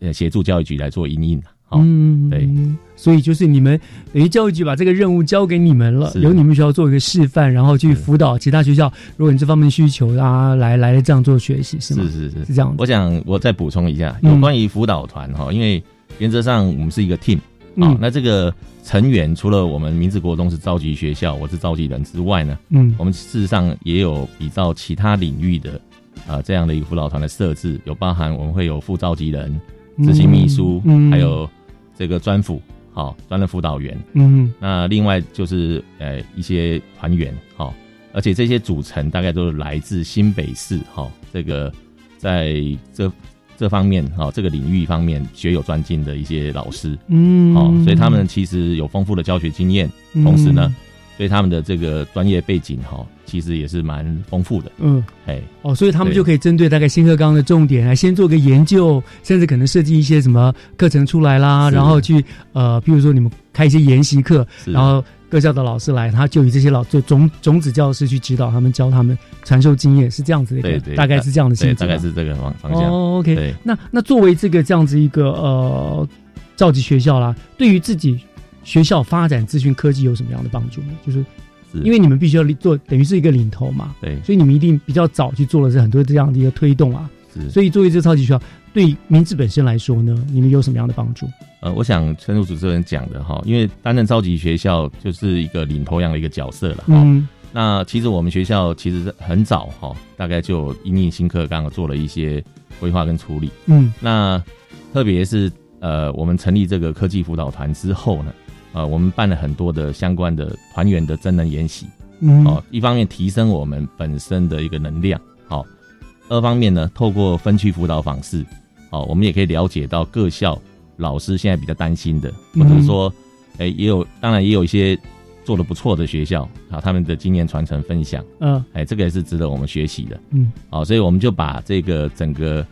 U: 呃协助教育局来做因应。好、
C: 嗯，
U: 对，
C: 所以就是你们等于教育局把这个任务交给你们了，
U: 是
C: 由你们学校做一个示范，然后去辅导其他学校，如果你这方面需求啊，来来这样做学习是吗？
U: 是是是
C: 是这样的
U: 我想我再补充一下，
C: 嗯
U: 有关于啊辅导团哈，因为原则上我们是一个 team
C: 嗯
U: 啊、那这个成员除了我们明治国中是召集学校，我是召集人之外呢，
C: 嗯
U: 我们事实上也有比照其他领域的啊这样的一个辅导团的设置，有包含我们会有副召集人、执行秘书，
C: 嗯嗯
U: 还有这个专辅，好、专任辅导员，
C: 嗯
U: 那另外就是呃一些团员哈、哦，而且这些组成大概都是来自新北市哈、哦，这个在这这方面哈、哦、这个领域方面学有专精的一些老师，
C: 嗯
U: 哦，所以他们其实有丰富的教学经验，
C: 嗯
U: 同时呢，对他们的这个专业背景哈、哦，其实也是蛮丰富的，
C: 嗯，
U: 哎，
C: 哦，所以他们
U: 对
C: 就可以针对大概新课纲的重点来先做个研究，甚至可能设计一些什么课程出来啦，
U: 是
C: 然后去呃，譬如说你们开一些研习课，
U: 是
C: 然后各校的老师来，他就以这些老就种种子教师去指导他们，教他们传授经验，是这样子的一个，
U: 对对，
C: 大概是这样的性啊
U: 对，
C: 质
U: 大
C: 吧，
U: 概是这个方方向。
C: 哦，OK，
U: 对
C: 那那作为这个这样子一个呃召集学校啦，对于自己学校发展资讯科技有什么样的帮助呢？就是
U: 是
C: 因为你们必须要领做，等于是一个领头嘛，
U: 对
C: 所以你们一定比较早去做了这很多这样的一个推动啊。
U: 是
C: 所以作为这个超级学校，对明治本身来说呢，你们有什么样的帮助？
U: 呃，我想陈如主持人讲的哈，因为担任召集学校就是一个领头羊的一个角色了哈。
C: 嗯
U: 那其实我们学校其实很早哈，大概就因应新课纲做了一些规划跟处理。
C: 嗯
U: 那特别是呃，我们成立这个科技辅导团之后呢，呃，我们办了很多的相关的团员的真人演习。
C: 嗯
U: 哦，一方面提升我们本身的一个能量，好、二方面呢，透过分区辅导方式，好、我们也可以了解到各校老师现在比较担心的，或
C: 嗯
U: 者是说，哎、也有当然也有一些做的不错的学校啊，他们的经验传承分享，
C: 嗯
U: 哎、这个也是值得我们学习的，
C: 嗯，
U: 好、所以我们就把这个整个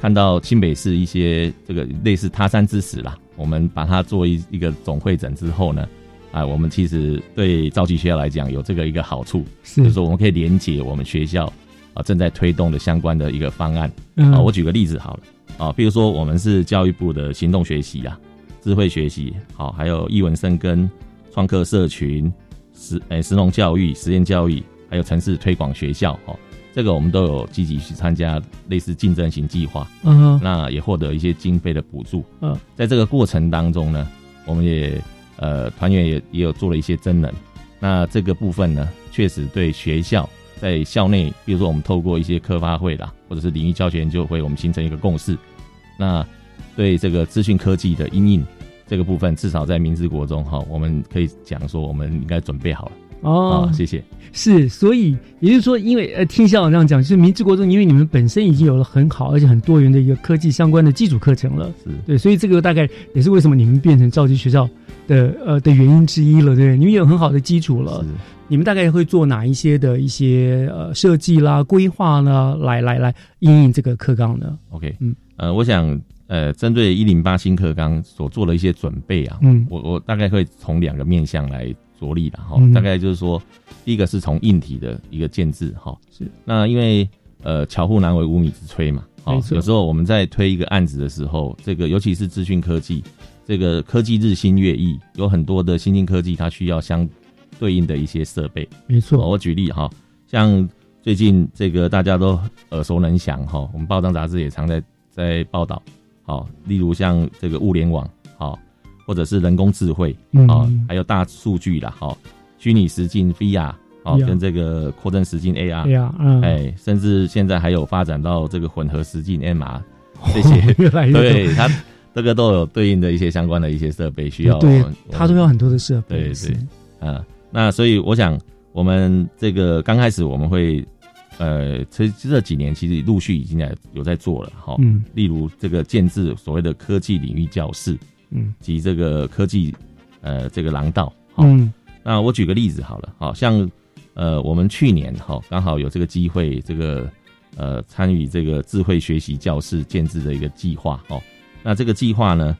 U: 看到新北市一些这个类似他山之石啦，我们把它做一一个总会诊之后呢。啊，我们其实对召集学校来讲有这个一个好处，
C: 是
U: 就是说我们可以连接我们学校啊正在推动的相关的一个方案。
C: 嗯
U: 啊，我举个例子好了，啊，比如说我们是教育部的行动学习啊、智慧学习，好、还有艺文生根、创客社群、实诶实农教育、实验教育，还有城市推广学校，哦，这个我们都有积极去参加类似竞争型计划，
C: 嗯哼
U: 那也获得一些经费的补助，
C: 嗯
U: 在这个过程当中呢，我们也呃团员也也有做了一些真人。那这个部分呢，确实对学校在校内，比如说我们透过一些科发会啦，或者是领域教学研究会，我们形成一个共识。那对这个资讯科技的阴影这个部分，至少在明治国中哈，我们可以讲说，我们应该准备好了。
C: 哦
U: 啊，谢谢。
C: 是，所以也就是说，因为呃，听校长这样讲，就是明治国中，因为你们本身已经有了很好而且很多元的一个科技相关的基础课程了，
U: 是
C: 对，所以这个大概也是为什么你们变成召集学校的呃的原因之一了，对不对？你们有很好的基础了，你们大概会做哪一些的一些呃设计啦、规划呢，来来来应应这个课纲呢？
U: OK，
C: 嗯，
U: 呃，我想呃，针对一零八新课纲所做的一些准备啊，
C: 嗯
U: 我我大概会从两个面向来着力的哈、
C: 嗯
U: 大概就是说，第一个是从硬体的一个建制哈，
C: 是
U: 那因为呃，巧妇难为无米之炊嘛，好，有时候我们在推一个案子的时候，这个尤其是资讯科技，这个科技日新月异，有很多的新兴科技，它需要相对应的一些设备。
C: 没错
U: 哦我举例哈，像最近这个大家都耳熟能详哈，我们报章杂志也常在在报道。好，例如像这个物联网，好，或者是人工智慧，
C: 嗯
U: 好，还有大数据啦，好，虚拟实境 VR，好，
C: VR
U: 跟这个扩增实境 AR，
C: AR 嗯
U: 哎，甚至现在还有发展到这个混合实境 MR 这 些，
C: 越来越多
U: 对它这个都有对应的一些相关的一些设备需要，
C: 对，它都要很多的设备。
U: 对
C: 是
U: 对，啊，那所以我想，我们这个刚开始我们会，呃，其实这几年其实陆续已经在有在做了哈，
C: 嗯，
U: 例如这个建制所谓的科技领域教室，
C: 嗯，
U: 及这个科技，呃，这个廊道，齁
C: 嗯，
U: 那我举个例子好了，好像呃，我们去年哈刚好有这个机会，这个呃参与这个智慧学习教室建制的一个计划哦。那这个计划呢，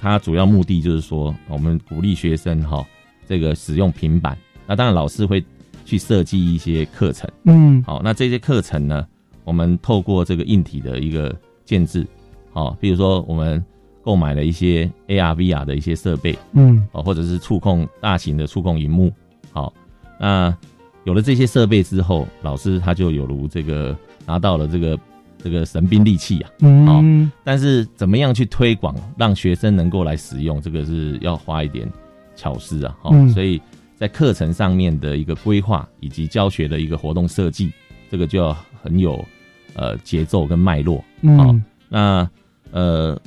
U: 它主要目的就是说，我们鼓励学生哈、这个使用平板。那当然老师会去设计一些课程，
C: 嗯
U: 好、那这些课程呢，我们透过这个硬体的一个建制，好、比如说我们购买了一些 AR、VR 的一些设备，
C: 嗯
U: 哦，或者是触控大型的触控荧幕。好，那有了这些设备之后，老师他就有如这个拿到了这个这个神兵利器啊。好
C: 嗯，
U: 但是怎么样去推广，让学生能够来使用，这个是要花一点巧思啊。好、
C: 嗯
U: 所以在课程上面的一个规划以及教学的一个活动设计，这个就要很有呃节奏跟脉络。
C: 嗯
U: 好那呃，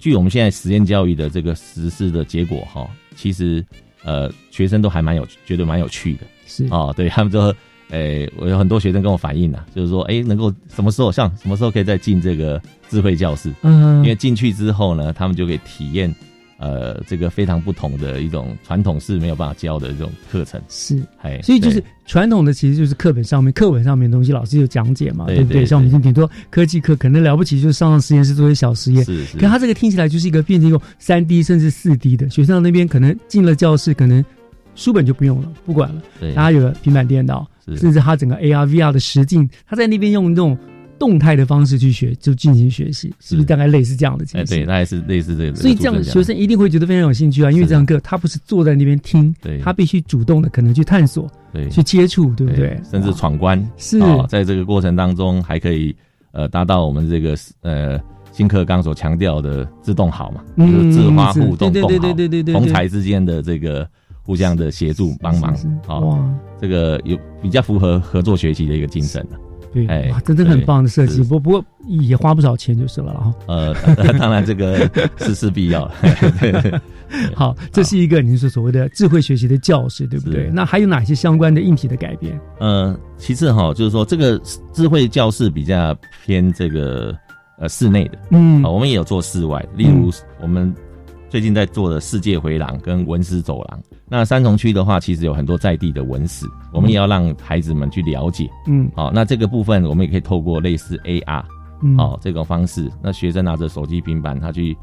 U: 据我们现在实验教育的这个实施的结果哈，其实呃，学生都还蛮有觉得蛮有趣的，
C: 是
U: 哦，对他们说，诶、我有很多学生跟我反映啊，就是说，诶、能够什么时候像什么时候可以再进这个智慧教室？
C: 嗯
U: 因为进去之后呢，他们就可以体验。呃，这个非常不同的一种传统式没有办法教的这种课程
C: 是，
U: 哎，
C: 所以就
U: 对
C: 是传统的，其实就是课本上面、课本上面的东西，老师有讲解嘛，
U: 对
C: 不对？
U: 对
C: 像我们今天顶多科技课，可能了不起就是上上实验室做一些小实验，
U: 是是
C: 可它这个听起来就是一个变成用三 D 甚至四 D 的，学生那边可能进了教室，可能书本就不用了，不管了，
U: 对
C: 大家有了平板电脑，
U: 是
C: 甚至他整个 AR、VR 啊的实境，他在那边用那种动态的方式去学，就进行学习，是不是大概类似这样
U: 嗯
C: 的
U: 哎、
C: 情形？
U: 对，那也是类似这个。
C: 所以这样学生一定会觉得非常有兴趣啊，因为这堂课他不是坐在那边听
U: 对，
C: 他必须主动的可能去探索，
U: 对
C: 去接触，对不对？
U: 甚至
C: 哇
U: 闯关
C: 是
U: 哦，在这个过程当中还可以呃达到我们这个呃新课纲所强调的自动好嘛，
C: 嗯
U: 就是自发互动
C: 是对对
U: 共好，
C: 对对对对对
U: 同才之间的这个互相的协助帮忙
C: 是是
U: 啊、
C: 哇
U: 哦，这个有比较符合合作学习的一个精神了。
C: 对，
U: 哎
C: 哇，真的很
U: 对
C: 棒的设计，不不过也花不少钱就是了啦哈。
U: 呃， 当然这个是是必 要的。对对对
C: 好，这是一个您说所谓的智慧学习的教室，对不对？
U: 是
C: 那还有哪些相关的硬体的改变？
U: 呃，其次哈，就是说这个智慧教室比较偏这个呃室内的，
C: 嗯
U: 啊我们也有做室外，例如我们最近在做的世界回廊跟文史走廊。那三重区的话，其实有很多在地的文史，我们也要让孩子们去了解。
C: 嗯
U: 好、那这个部分我们也可以透过类似 AR，
C: 嗯
U: 好、哦这种方式，那学生拿着手机、平板，他去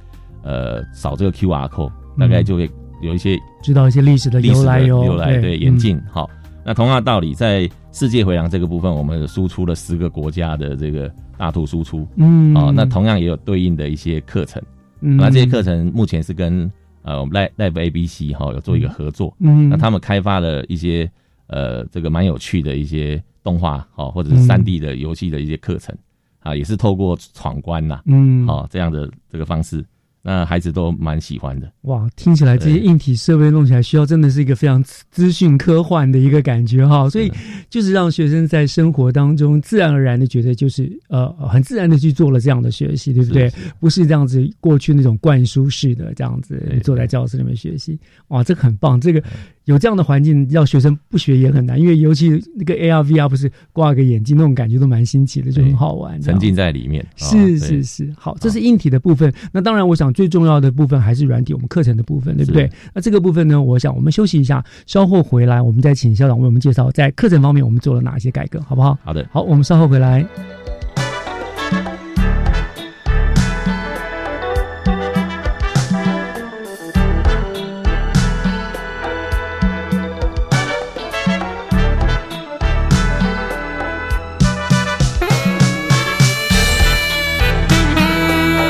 U: 呃扫这个 QR code，
C: 嗯
U: 大概就会有一些
C: 知道一些历史的
U: 历
C: 由
U: 史
C: 来
U: 的
C: 哟，
U: 由来对眼
C: 嗯
U: 镜。好，那同样的道理，在世界回廊这个部分，我们有输出了十个国家的这个大图输出，
C: 嗯
U: 哦，那同样也有对应的一些课程，
C: 嗯
U: 那这些课程目前是跟呃我们 Live Live ABC 哈、有做一个合作，
C: 嗯
U: 那他们开发了一些呃这个蛮有趣的一些动画哦，或者是
C: 嗯
U: 三 D 的游戏的一些课程。啊，也是透过闯关呐、
C: 嗯
U: 好、这样的这个方式，那孩子都蛮喜欢的。
C: 哇，听起来这些硬体设备弄起来需要真的是一个非常资资讯科幻的一个感觉哈，所以就是让学生在生活当中自然而然的觉得就是呃很自然的去做了这样的学习，对不对？
U: 是
C: 不是这样子过去那种灌输式的这样子坐在教室里面学习，哇，这个很棒，这个有这样的环境要学生不学也很难，因为尤其那个 AR VR 不是挂个眼镜那种感觉都蛮新奇的，就很好玩，这样
U: 沉浸在里面。哦
C: 是
U: 对啊
C: 是是，好，这是硬体的部分。那当然，我想最重要的部分还是软体，我们课程的部分，对不对
U: 是？
C: 那这个部分呢，我想我们休息一下，稍后回来我们再请校长为我们介绍在课程方面我们做了哪些改革，好不好？
U: 好的，
C: 好，我们稍后回来。
R: Thank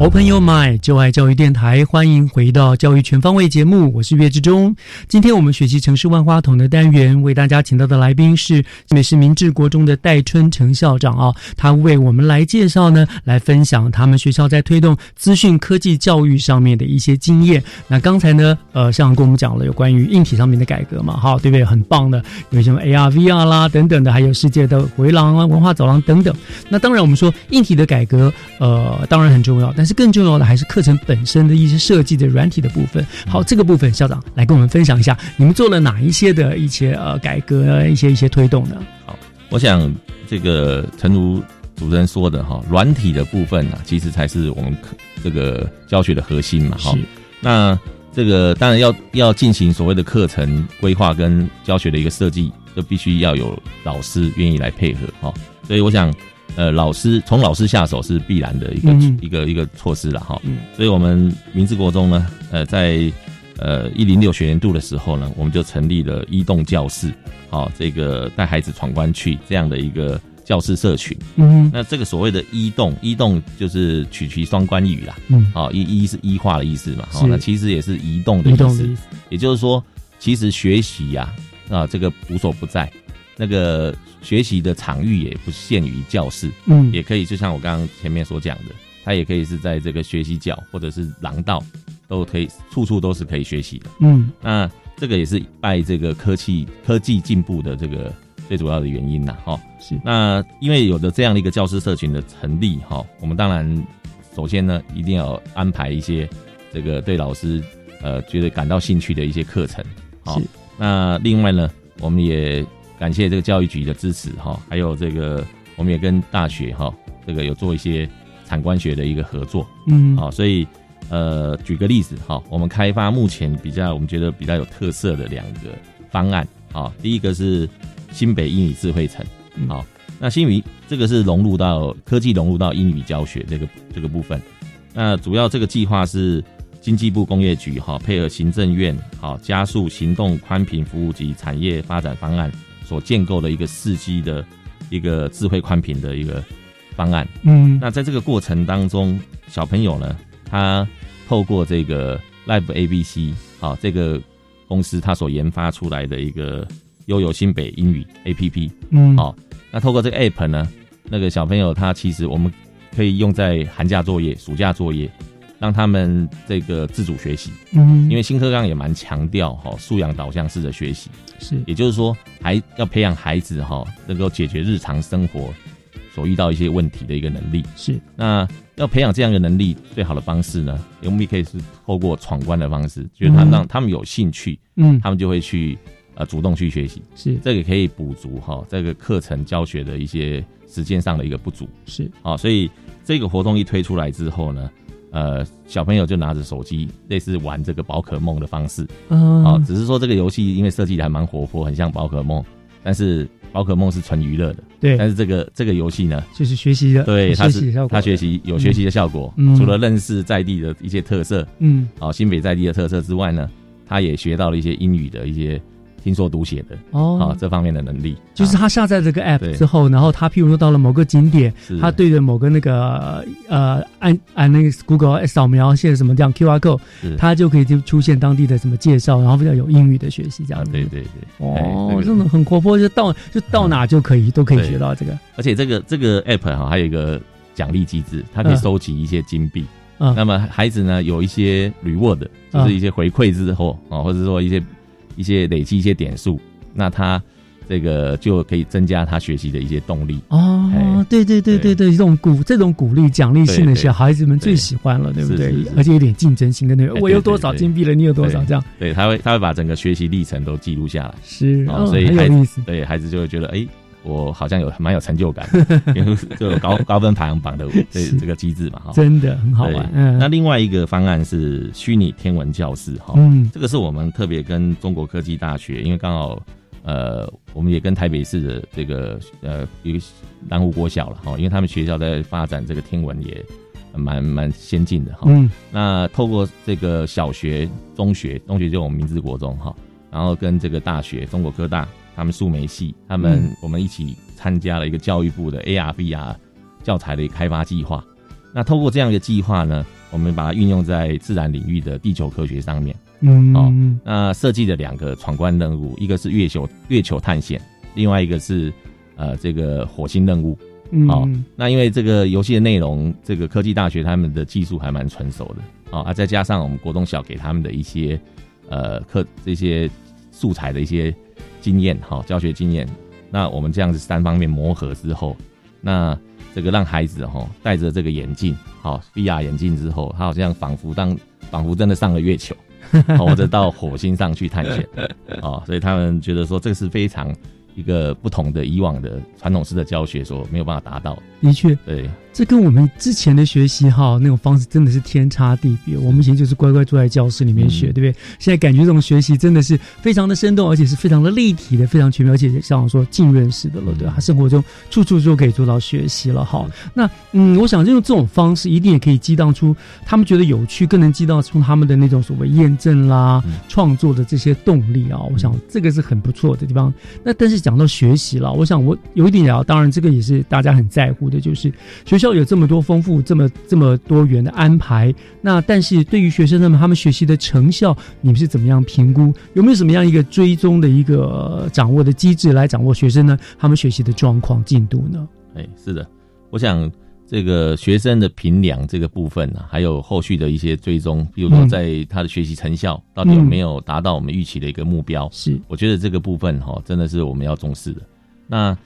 C: Open Your Mind，就爱教育电台，欢迎回到教育全方位节目，我是岳志忠。今天我们学习城市万花筒的单元，为大家请到的来宾是美式明治国中的戴春成校长啊、他为我们来介绍呢，来分享他们学校在推动资讯科技教育上面的一些经验。那刚才呢，呃，校长跟我们讲了有关于硬体上面的改革嘛，哈，对不对？很棒的，有什么 AR、VR 啦等等的，还有世界的回廊啊、文化走廊等等。那当然，我们说哎硬体的改革，呃，当然很重要，但是更重要的还是课程本身的一些设计的软体的部分。好，这个部分校长来跟我们分享一下，你们做了哪一些的一些呃改革，呃一些一些推动呢？
U: 我想这个诚如主持人说的哈，软体的部分啊，其实才是我们课这个教学的核心嘛哈
C: 是。
U: 那这个当然要要进行所谓的课程规划跟教学的一个设计，就必须要有老师愿意来配合哈。所以我想，呃，老师从老师下手是必然的一个、
C: 嗯
U: 一个一个措施了哈。
C: 嗯
U: 所以我们明治国中呢，呃，在呃一零六学年度的时候呢，我们就成立了一栋教室，好、这个带孩子闯关去这样的一个教室社群。
C: 嗯哼
U: 那这个所谓的一栋，一栋就是取其双关语啦，
C: 嗯
U: 好、一一是一化的意思嘛，好、
C: 是
U: 那其实也是移动的
C: 移
U: 意
C: 动
U: 思，
C: 的意思
U: 也就是说，其实学习呀、啊，这个无所不在。那个学习的场域也不限于教室，
C: 嗯
U: 也可以就像我刚刚前面所讲的，它也可以是在这个学习角或者是廊道，都可以处处都是可以学习的。
C: 嗯，
U: 那这个也是拜这个科技科技进步的这个最主要的原因呐，哈。
C: 是
U: 那因为有了这样的一个教师社群的成立，哈，我们当然首先呢，一定要安排一些这个对老师呃觉得感到兴趣的一些课程，好
C: 是。
U: 那另外呢，我们也感谢这个教育局的支持哈，还有这个我们也跟大学哈，这个有做一些产官学的一个合作，啊
C: 嗯
U: 好，所以呃，举个例子哈，我们开发目前比较我们觉得比较有特色的两个方案啊，第一个是新北英语智慧城，
C: 嗯
U: 好，那新语这个是融入到科技融入到英语教学这个这个部分，那主要这个计划是经济部工业局哈、配合行政院好、加速行动宽频服务及产业发展方案所建构的一个四 G 的一个智慧宽频的一个方案。
C: 嗯
U: 那在这个过程当中，小朋友呢，他透过这个 Live ABC 好、啊这个公司他所研发出来的一个悠游新北英语 APP，
C: 嗯
U: 好、那透过这个 App 呢，那个小朋友他其实我们可以用在寒假作业、暑假作业，让他们这个自主学习。
C: 嗯
U: 因为新课纲也蛮强调哈、素养导向式的学习，
C: 是
U: 也就是说还要培养孩子哈、能够解决日常生活所遇到一些问题的一个能力。
C: 是
U: 那要培养这样一个能力，最好的方式呢，我们也可以是透过闯关的方式，就是他
C: 嗯
U: 让他们有兴趣，
C: 嗯
U: 他们就会去呃主动去学习。
C: 是
U: 这个可以补足哈、这个课程教学的一些时间上的一个不足。
C: 是
U: 啊、所以这个活动一推出来之后呢，呃，小朋友就拿着手机，类似玩这个宝可梦的方式，
C: 嗯
U: 啊、只是说这个游戏因为设计的还蛮活泼，很像宝可梦，但是宝可梦是纯娱乐的，
C: 对
U: 但是这个这个游戏呢，
C: 就是学习的，
U: 对，它
C: 学习的
U: 是
C: 效果
U: 它学习有学习的效果，
C: 嗯
U: 除了认识在地的一些特色，
C: 嗯
U: 啊、新北在地的特色之外呢，他也学到了一些英语的一些听说读写的
C: 哦
U: 啊、这方面的能力，啊
C: 就是他下载这个 app
U: 对
C: 之后，然后他譬如说到了某个景点
U: 是，
C: 他对着某个那个呃按按那个 Google 扫描现在什么这样 QR code，
U: 是
C: 他就可以就出现当地的什么介绍，然后比较有英语的学习这样子。
U: 啊对对对，
C: 哦，这种很活泼，就到就到哪就可以都可以学到这个。
U: 而且这个这个 app 哈、还有一个奖励机制，它可以
C: 嗯
U: 收集一些金币。
C: 嗯
U: 那么孩子呢有一些 reward，就
C: 嗯
U: 是一些回馈之后啊、哦或者说一些一些累积一些点数，那他这个就可以增加他学习的一些动力。哎
C: 哦，对对对对对，这种鼓这种鼓励奖励性的
U: 对对
C: 小孩子们最喜欢了，对不
U: 是
C: 对
U: 是是？
C: 而且有点竞争性的那种，
U: 哎
C: 我
U: 对
C: 有
U: 对
C: 多少
U: 对
C: 金币了，你有多少这样。
U: 对，他会他会把整个学习历程都记录下来，
C: 是
U: 哦
C: 哦
U: 所以
C: 很有
U: 孩
C: 意
U: 子对孩子就会觉得，哎、我好像有蛮有成就感，因为就有高高分排行榜的这
C: 是
U: 这个机制嘛，哈、
C: 真的很好玩
U: 对
C: 嗯
U: 那另外一个方案是虚拟天文教室，哈、
C: 嗯
U: 这个是我们特别跟中国科技大学，因为刚好。呃，我们也跟台北市的这个呃一个南湖国小了哈，因为他们学校在发展这个天文也蛮蛮先进的哈。
C: 嗯
U: 那透过这个小学、中学，中学就我们明治国中哈，然后跟这个大学中国科大，他们数媒系，他们、
C: 嗯
U: 我们一起参加了一个教育部的 AR VR 教材的一个开发计划。那透过这样一个计划呢，我们把它运用在自然领域的地球科学上面。
C: 嗯
U: 哦，那设计的两个闯关任务，一个是月球月球探险，另外一个是呃这个火星任务。
C: 嗯
U: 哦，那因为这个游戏的内容，这个科技大学他们的技术还蛮成熟的哦，啊，再加上我们国中小给他们的一些呃课这些素材的一些经验，哈、教学经验，那我们这样子三方面磨合之后，那这个让孩子哈、哦、戴着这个眼镜，好、VR 眼镜之后，他好像仿佛当仿佛真的上了月球。哦，或者到火星上去探险，哦，所以他们觉得说这是非常一个不同的以往的传统式的教学所没有办法达到。
C: 的确，
U: 对，
C: 这跟我们之前的学习哈那种方式真的是天差地别。我们以前就是乖乖坐在教室里面学，
U: 嗯
C: 对不对？现在感觉这种学习真的是非常的生动，而且是非常的立体的，非常全面，而且像我说浸润式的了，对吧？他生活中处处就可以做到学习了哈。那嗯，我想用这种方式一定也可以激荡出他们觉得有趣，更能激荡出他们的那种所谓验证啦、创作的这些动力啊。我想这个是很不错的地方。那但是讲到学习了，我想我有一点聊，当然这个也是大家很在乎的，就是学校有这么多丰富、这么这么多元的安排。那但是对于学生他们他们学习的成效，你们是怎么样评估？有没有什么样一个追踪的一个、呃掌握的机制来掌握学生呢？他们学习的状况进度呢？
U: 哎，是的，我想这个学生的评量这个部分呢、还有后续的一些追踪，比如说
C: 嗯
U: 在他的学习成效到底有没有达到我们预期的一个目标，
C: 是
U: 我觉得这个部分哈、真的是我们要重视的。那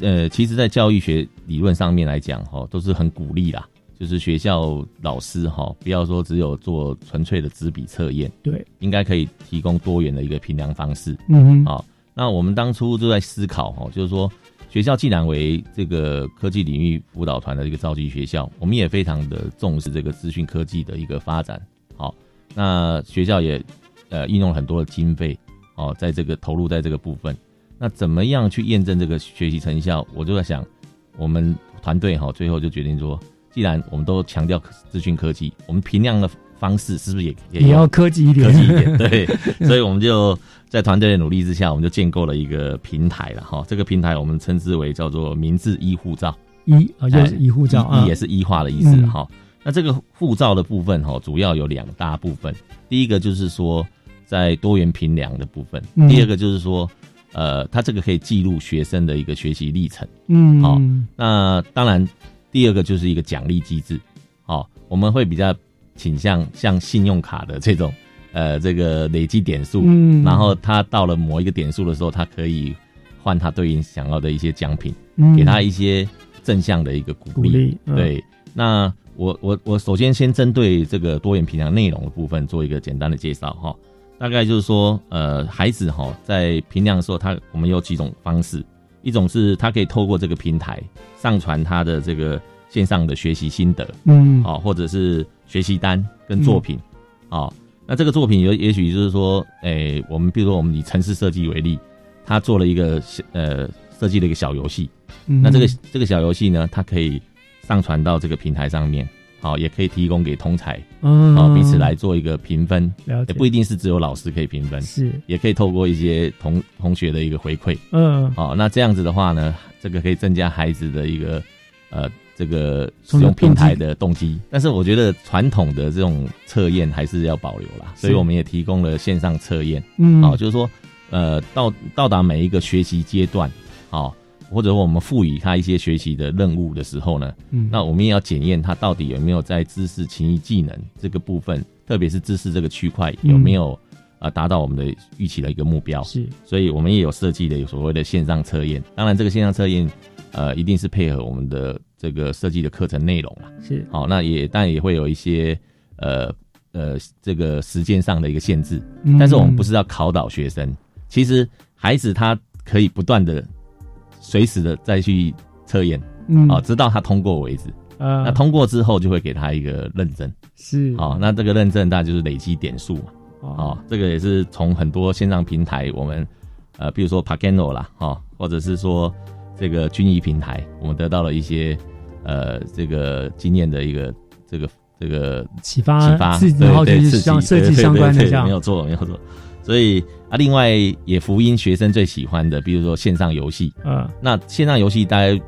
U: 呃，其实，在教育学理论上面来讲哈、都是很鼓励啦。就是学校老师哈、不要说只有做纯粹的纸笔测验，
C: 对，
U: 应该可以提供多元的一个评量方式。
C: 嗯哼
U: 好、那我们当初就在思考哈、就是说学校既然为这个科技领域辅导团的一个召集学校，我们也非常的重视这个资讯科技的一个发展。好、那学校也呃运用了很多的经费哦，在这个投入在这个部分。那怎么样去验证这个学习成效？我就在想，我们团队哈、最后就决定说，既然我们都强调资讯科技，我们评量的方式是不是也
C: 也
U: 用
C: 要科技一点
U: 科技一点，对。所以我们就在团队的努力之下，我们就建构了一个平台了哈、这个平台我们称之为叫做“明治医护照”。
C: 一啊，又是一护照
U: 哎
C: 啊，
U: 医也是医化的意思
C: 嗯
U: 哈、那这个护照的部分哈、主要有两大部分，第一个就是说在多元评量的部分，
C: 嗯
U: 第二个就是说，呃，它这个可以记录学生的一个学习历程。
C: 嗯，
U: 好、那当然，第二个就是一个奖励机制。好、我们会比较倾向像信用卡的这种，呃，这个累积点数，
C: 嗯
U: 然后他到了某一个点数的时候，他可以换他对应想要的一些奖品，
C: 嗯
U: 给他一些正向的一个鼓励。
C: 鼓励嗯
U: 对，那我我我首先先针对这个多元评量内容的部分做一个简单的介绍哈、大概就是说，呃，孩子哈、在评量的时候，他我们有几种方式，一种是他可以透过这个平台上传他的这个线上的学习心得，
C: 嗯
U: 好、或者是学习单跟作品，好、那这个作品也也许就是说，诶、我们比如说我们以城市设计为例，他做了一个小呃设计了一个小游戏，
C: 嗯
U: 那这个这个小游戏呢，它可以上传到这个平台上面，好、也可以提供给同才，
C: 嗯
U: 好彼此来做一个评分，
C: 了解
U: 也不一定是只有老师可以评分，
C: 是
U: 也可以透过一些同同学的一个回馈，
C: 嗯
U: 好、那这样子的话呢，这个可以增加孩子的一个呃这个使
C: 从
U: 用平
C: 动机
U: 台的动机，但是我觉得传统的这种测验还是要保留啦，
C: 是
U: 所以我们也提供了线上测验，
C: 嗯
U: 好、就是说呃到到达每一个学习阶段，好、或者我们赋予他一些学习的任务的时候呢，
C: 嗯
U: 那我们也要检验他到底有没有在知识、情谊、技能这个部分，特别是知识这个区块
C: 嗯
U: 有没有呃达到我们的预期的一个目标。
C: 是，
U: 所以我们也有设计的有所谓的线上测验。当然，这个线上测验呃一定是配合我们的这个设计的课程内容啦。
C: 是
U: 好、哦那也但也会有一些呃呃这个时间上的一个限制
C: 嗯，
U: 但是我们不是要考倒学生，其实孩子他可以不断的随时的再去测验，
C: 嗯
U: 哦，直到他通过为止。
C: 呃
U: 那通过之后就会给他一个认证，
C: 是
U: 哦，那这个认证当然就是累积点数嘛，
C: 哦
U: 哦，这个也是从很多线上平台，我们呃，比如说 Pagano 啦，哦，或者是说这个军医平台，我们得到了一些呃这个经验的一个这个这个
C: 启发
U: 启发，
C: 自己
U: 对
C: 然后
U: 对
C: 就是
U: 刺激
C: 相设计
U: 对对对
C: 相关的
U: 对对
C: 这样
U: 没有错没有错。所以啊，另外也福音学生最喜欢的，比如说线上游戏，
C: 嗯
U: 那线上游戏大家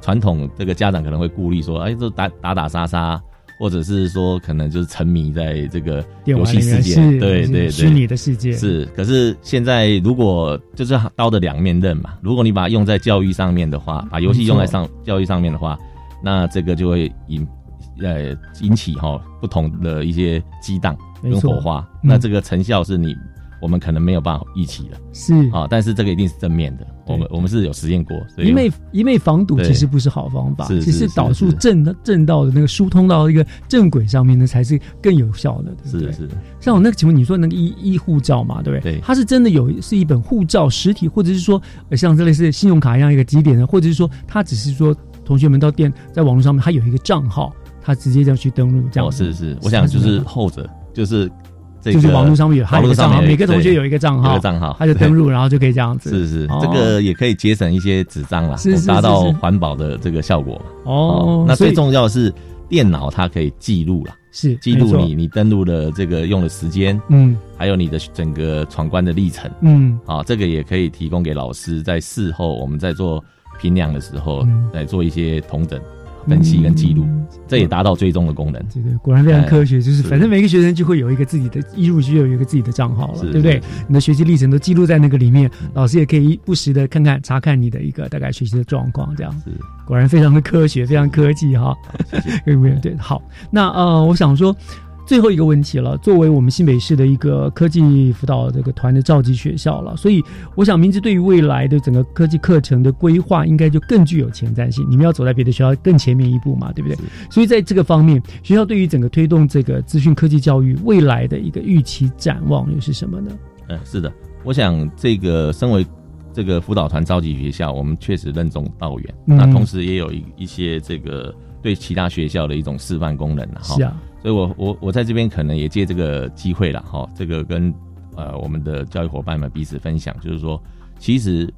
U: 传统这个家长可能会顾虑说，哎，这打打打杀杀，或者是说可能就是沉迷在这个
C: 电
U: 游
C: 玩
U: 戏
C: 里
U: 世
C: 面
U: 界，
C: 是
U: 对
C: 是
U: 对对，
C: 虚拟的世界
U: 是。可是现在如果就是刀的两面刃嘛，如果你把它用在教育上面的话，啊把游戏用在上教育上面的话，那这个就会引呃引起哈、不同的一些激荡
C: 没
U: 跟
C: 错
U: 火花，
C: 嗯
U: 那这个成效是你。我们可能没有办法一起的，
C: 是
U: 啊、但是这个一定是正面的。我们我们是有实验过，所以
C: 一昧一昧防堵
U: 对
C: 其实不是好方法，
U: 是
C: 其实
U: 是
C: 导出正正道的那个疏通到一个正轨上面呢，才是更有效的。对不对
U: 是是
C: 像我那个，请问你说那个医医护照嘛，对不对？
U: 对
C: 它是真的有是一本护照实体，或者是说呃像这类似信用卡一样一个几点的，或者是说它只是说同学们到店在网络上面，它有一个账号，它直接这样去登录这样
U: 哦，
C: 子。
U: 是是，我想就是后者，就是这个
C: 就是网络上面有他
U: 网
C: 有一
U: 络
C: 个账
U: 上
C: 号，
U: 面有
C: 每个同学
U: 对
C: 有一个账号，
U: 有一个账号
C: 他就
U: 对
C: 登录，然后就可以这样子。
U: 是是，
C: 哦
U: 这个也可以节省一些纸张啦，哦
C: 是是是
U: 达到
C: 是
U: 环保的这个效果嘛。
C: 哦
U: 那
C: 所以
U: 最重要的是电脑它可以记录啦，
C: 是
U: 记
C: 没
U: 录
C: 错
U: 你你登录的这个用的时间，
C: 嗯，
U: 还有你的整个闯关的历程，
C: 嗯
U: 啊，这个也可以提供给老师在事后我们在做评量的时候
C: 嗯，
U: 来做一些同整分析跟记录，这也达到最终的功能。
C: 这个果然非常科学，
U: 哎
C: 就是反正每个学生就会有一个自己的一入学就有一个自己的账号了，
U: 是嗯
C: 对不对？你的学习历程都记录在那个里面，老师也可以不时的看看查看你的一个大概学习的状况，这样
U: 子。
C: 果然非常的科学，非常科技哈。有没有？ 对，好，那呃，我想说。最后一个问题了，作为我们新北市的一个科技辅导这个团的召集学校了，所以我想明知对于未来的整个科技课程的规划，应该就更具有前瞻性。你们要走在别的学校更前面一步嘛，对不对？所以在这个方面，学校对于整个推动这个资讯科技教育未来的一个预期展望又是什么呢？
U: 嗯，是的，我想这个身为这个辅导团召集学校，我们确实任重道远。
C: 嗯
U: 那同时也有一一些这个对其他学校的一种示范功能啊哈。
C: 是啊
U: 所以我我我在这边可能也借这个机会了哈，这个跟呃我们的教育伙伴们彼此分享，就是说，其实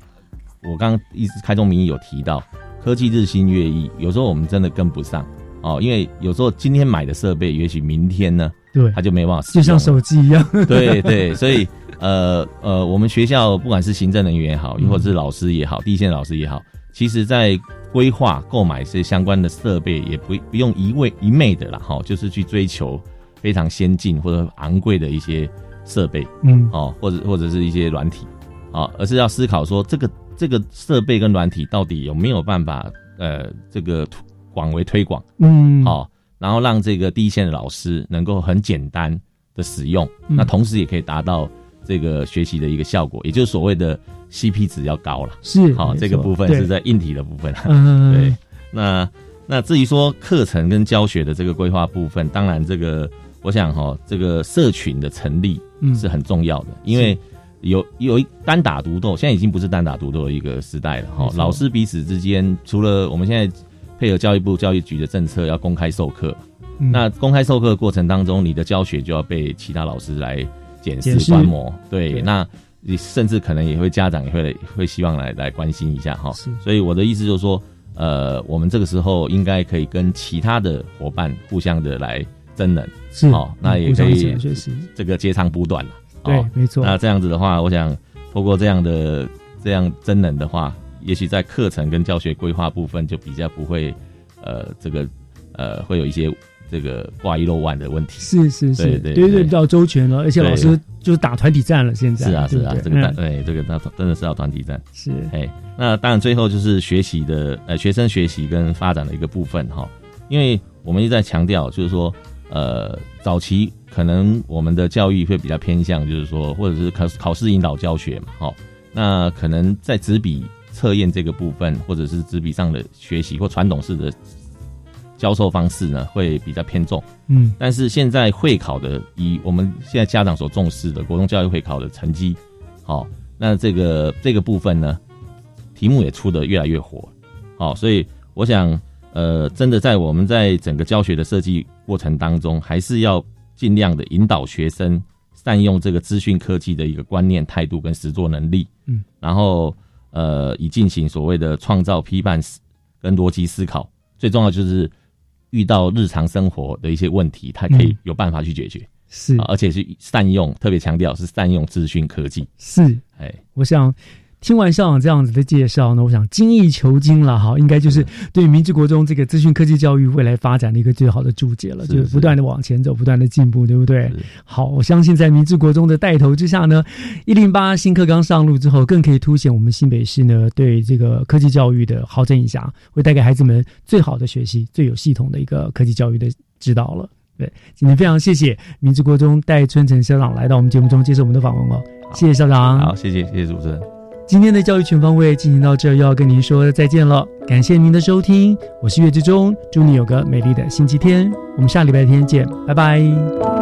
U: 我刚刚一直开宗明义有提到，科技日新月异，有时候我们真的跟不上哦，因为有时候今天买的设备，也许明天呢，
C: 对
U: 它就没办法使
C: 就
U: 用
C: 像
U: 了
C: 手机一样，
U: 对对，所以呃呃，我们学校不管是行政人员也好，
C: 嗯
U: 或者是老师也好，第一线老师也好，其实在规划购买这相关的设备，也不不用一味一昧的啦，哈，就是去追求非常先进或者昂贵的一些设备，
C: 嗯
U: 哦，或者或者是一些软体，啊，而是要思考说这个这个设备跟软体到底有没有办法呃这个推广为推广，哦
C: 嗯
U: 好、然后让这个第一线的老师能够很简单的使用，
C: 嗯
U: 那同时也可以达到这个学习的一个效果，也就是所谓的 CP 值要高了。
C: 是
U: 好、
C: 没
U: 这个
C: 错
U: 部分
C: 对
U: 是在硬体的部分。
C: 嗯
U: 对，那那至于说课程跟教学的这个规划部分，当然这个我想哈、这个社群的成立
C: 嗯
U: 是很重要的，因为。有有一单打独斗，现在已经不是单打独斗的一个时代了
C: 没
U: 哈。
C: 错
U: 老师彼此之间，除了我们现在配合教育部教育局的政策要公开授课，
C: 嗯
U: 那公开授课的过程当中，你的教学就要被其他老师来检
C: 检视
U: 视观摩，对，
C: 对
U: 那你甚至可能也会家长也会会希望来来关心一下哈
C: 是。
U: 所以我的意思就是说，呃，我们这个时候应该可以跟其他的伙伴互相的来真人，
C: 是
U: 哦，那
C: 嗯
U: 也
C: 互
U: 可
C: 相一起
U: 以
C: 来学习
U: 这个截长补短了。
C: 对
U: 哦
C: 没错
U: 那这样子的话，我想透过这样的这样真人的话，也许在课程跟教学规划部分就比较不会，呃，这个呃会有一些这个挂一漏万的问题。
C: 是是是，
U: 对
C: 对
U: 对
C: 比，较周全了，而且
U: 对
C: 老师就是打团体战了，现在
U: 是啊是啊，
C: 对不
U: 这
C: 对
U: 个
C: 嗯
U: 大对这个大真的是要团体战。
C: 是
U: 哎，那当然最后就是学习的呃学生学习跟发展的一个部分哈，因为我们一直在强调就是说呃早期可能我们的教育会比较偏向就是说或者是考考试引导教学嘛哈，那可能在纸笔测验这个部分或者是纸笔上的学习或传统式的教授方式呢会比较偏重。
C: 嗯
U: 但是现在会考的，以我们现在家长所重视的国中教育会考的成绩，好、那这个这个部分呢，题目也出的越来越火，好、所以我想，呃，真的在我们在整个教学的设计过程当中，还是要尽量的引导学生善用这个资讯科技的一个观念、态度跟实作能力，
C: 嗯，
U: 然后呃，以进行所谓的创造、批判思跟逻辑思考，最重要就是遇到日常生活的一些问题，他可以
C: 嗯
U: 有办法去解决，
C: 是
U: 啊而且是善用，特别强调是善用资讯科技，
C: 是，
U: 哎，
C: 我想听完校长这样子的介绍呢，我想精益求精了哈，应该
U: 嗯
C: 就是对明治国中这个资讯科技教育未来发展的一个最好的注解了，
U: 是
C: 就是不断的往前走，不断的进步，对不对？好，我相信在明治国中的带头之下呢，一零八新课纲上路之后，更可以凸显我们新北市呢对这个科技教育的好整以暇，会带给孩子们最好的学习、最有系统的一个科技教育的指导了。对，今天非常谢谢明治国中戴春成校长来到我们节目中接受我们的访问哦，谢谢校长。
U: 好，谢谢谢谢主持人。
C: 今天的教育全方位进行到这儿，又要跟您说再见了。感谢您的收听，我是岳志忠，祝你有个美丽的星期天，我们下礼拜天见，拜拜。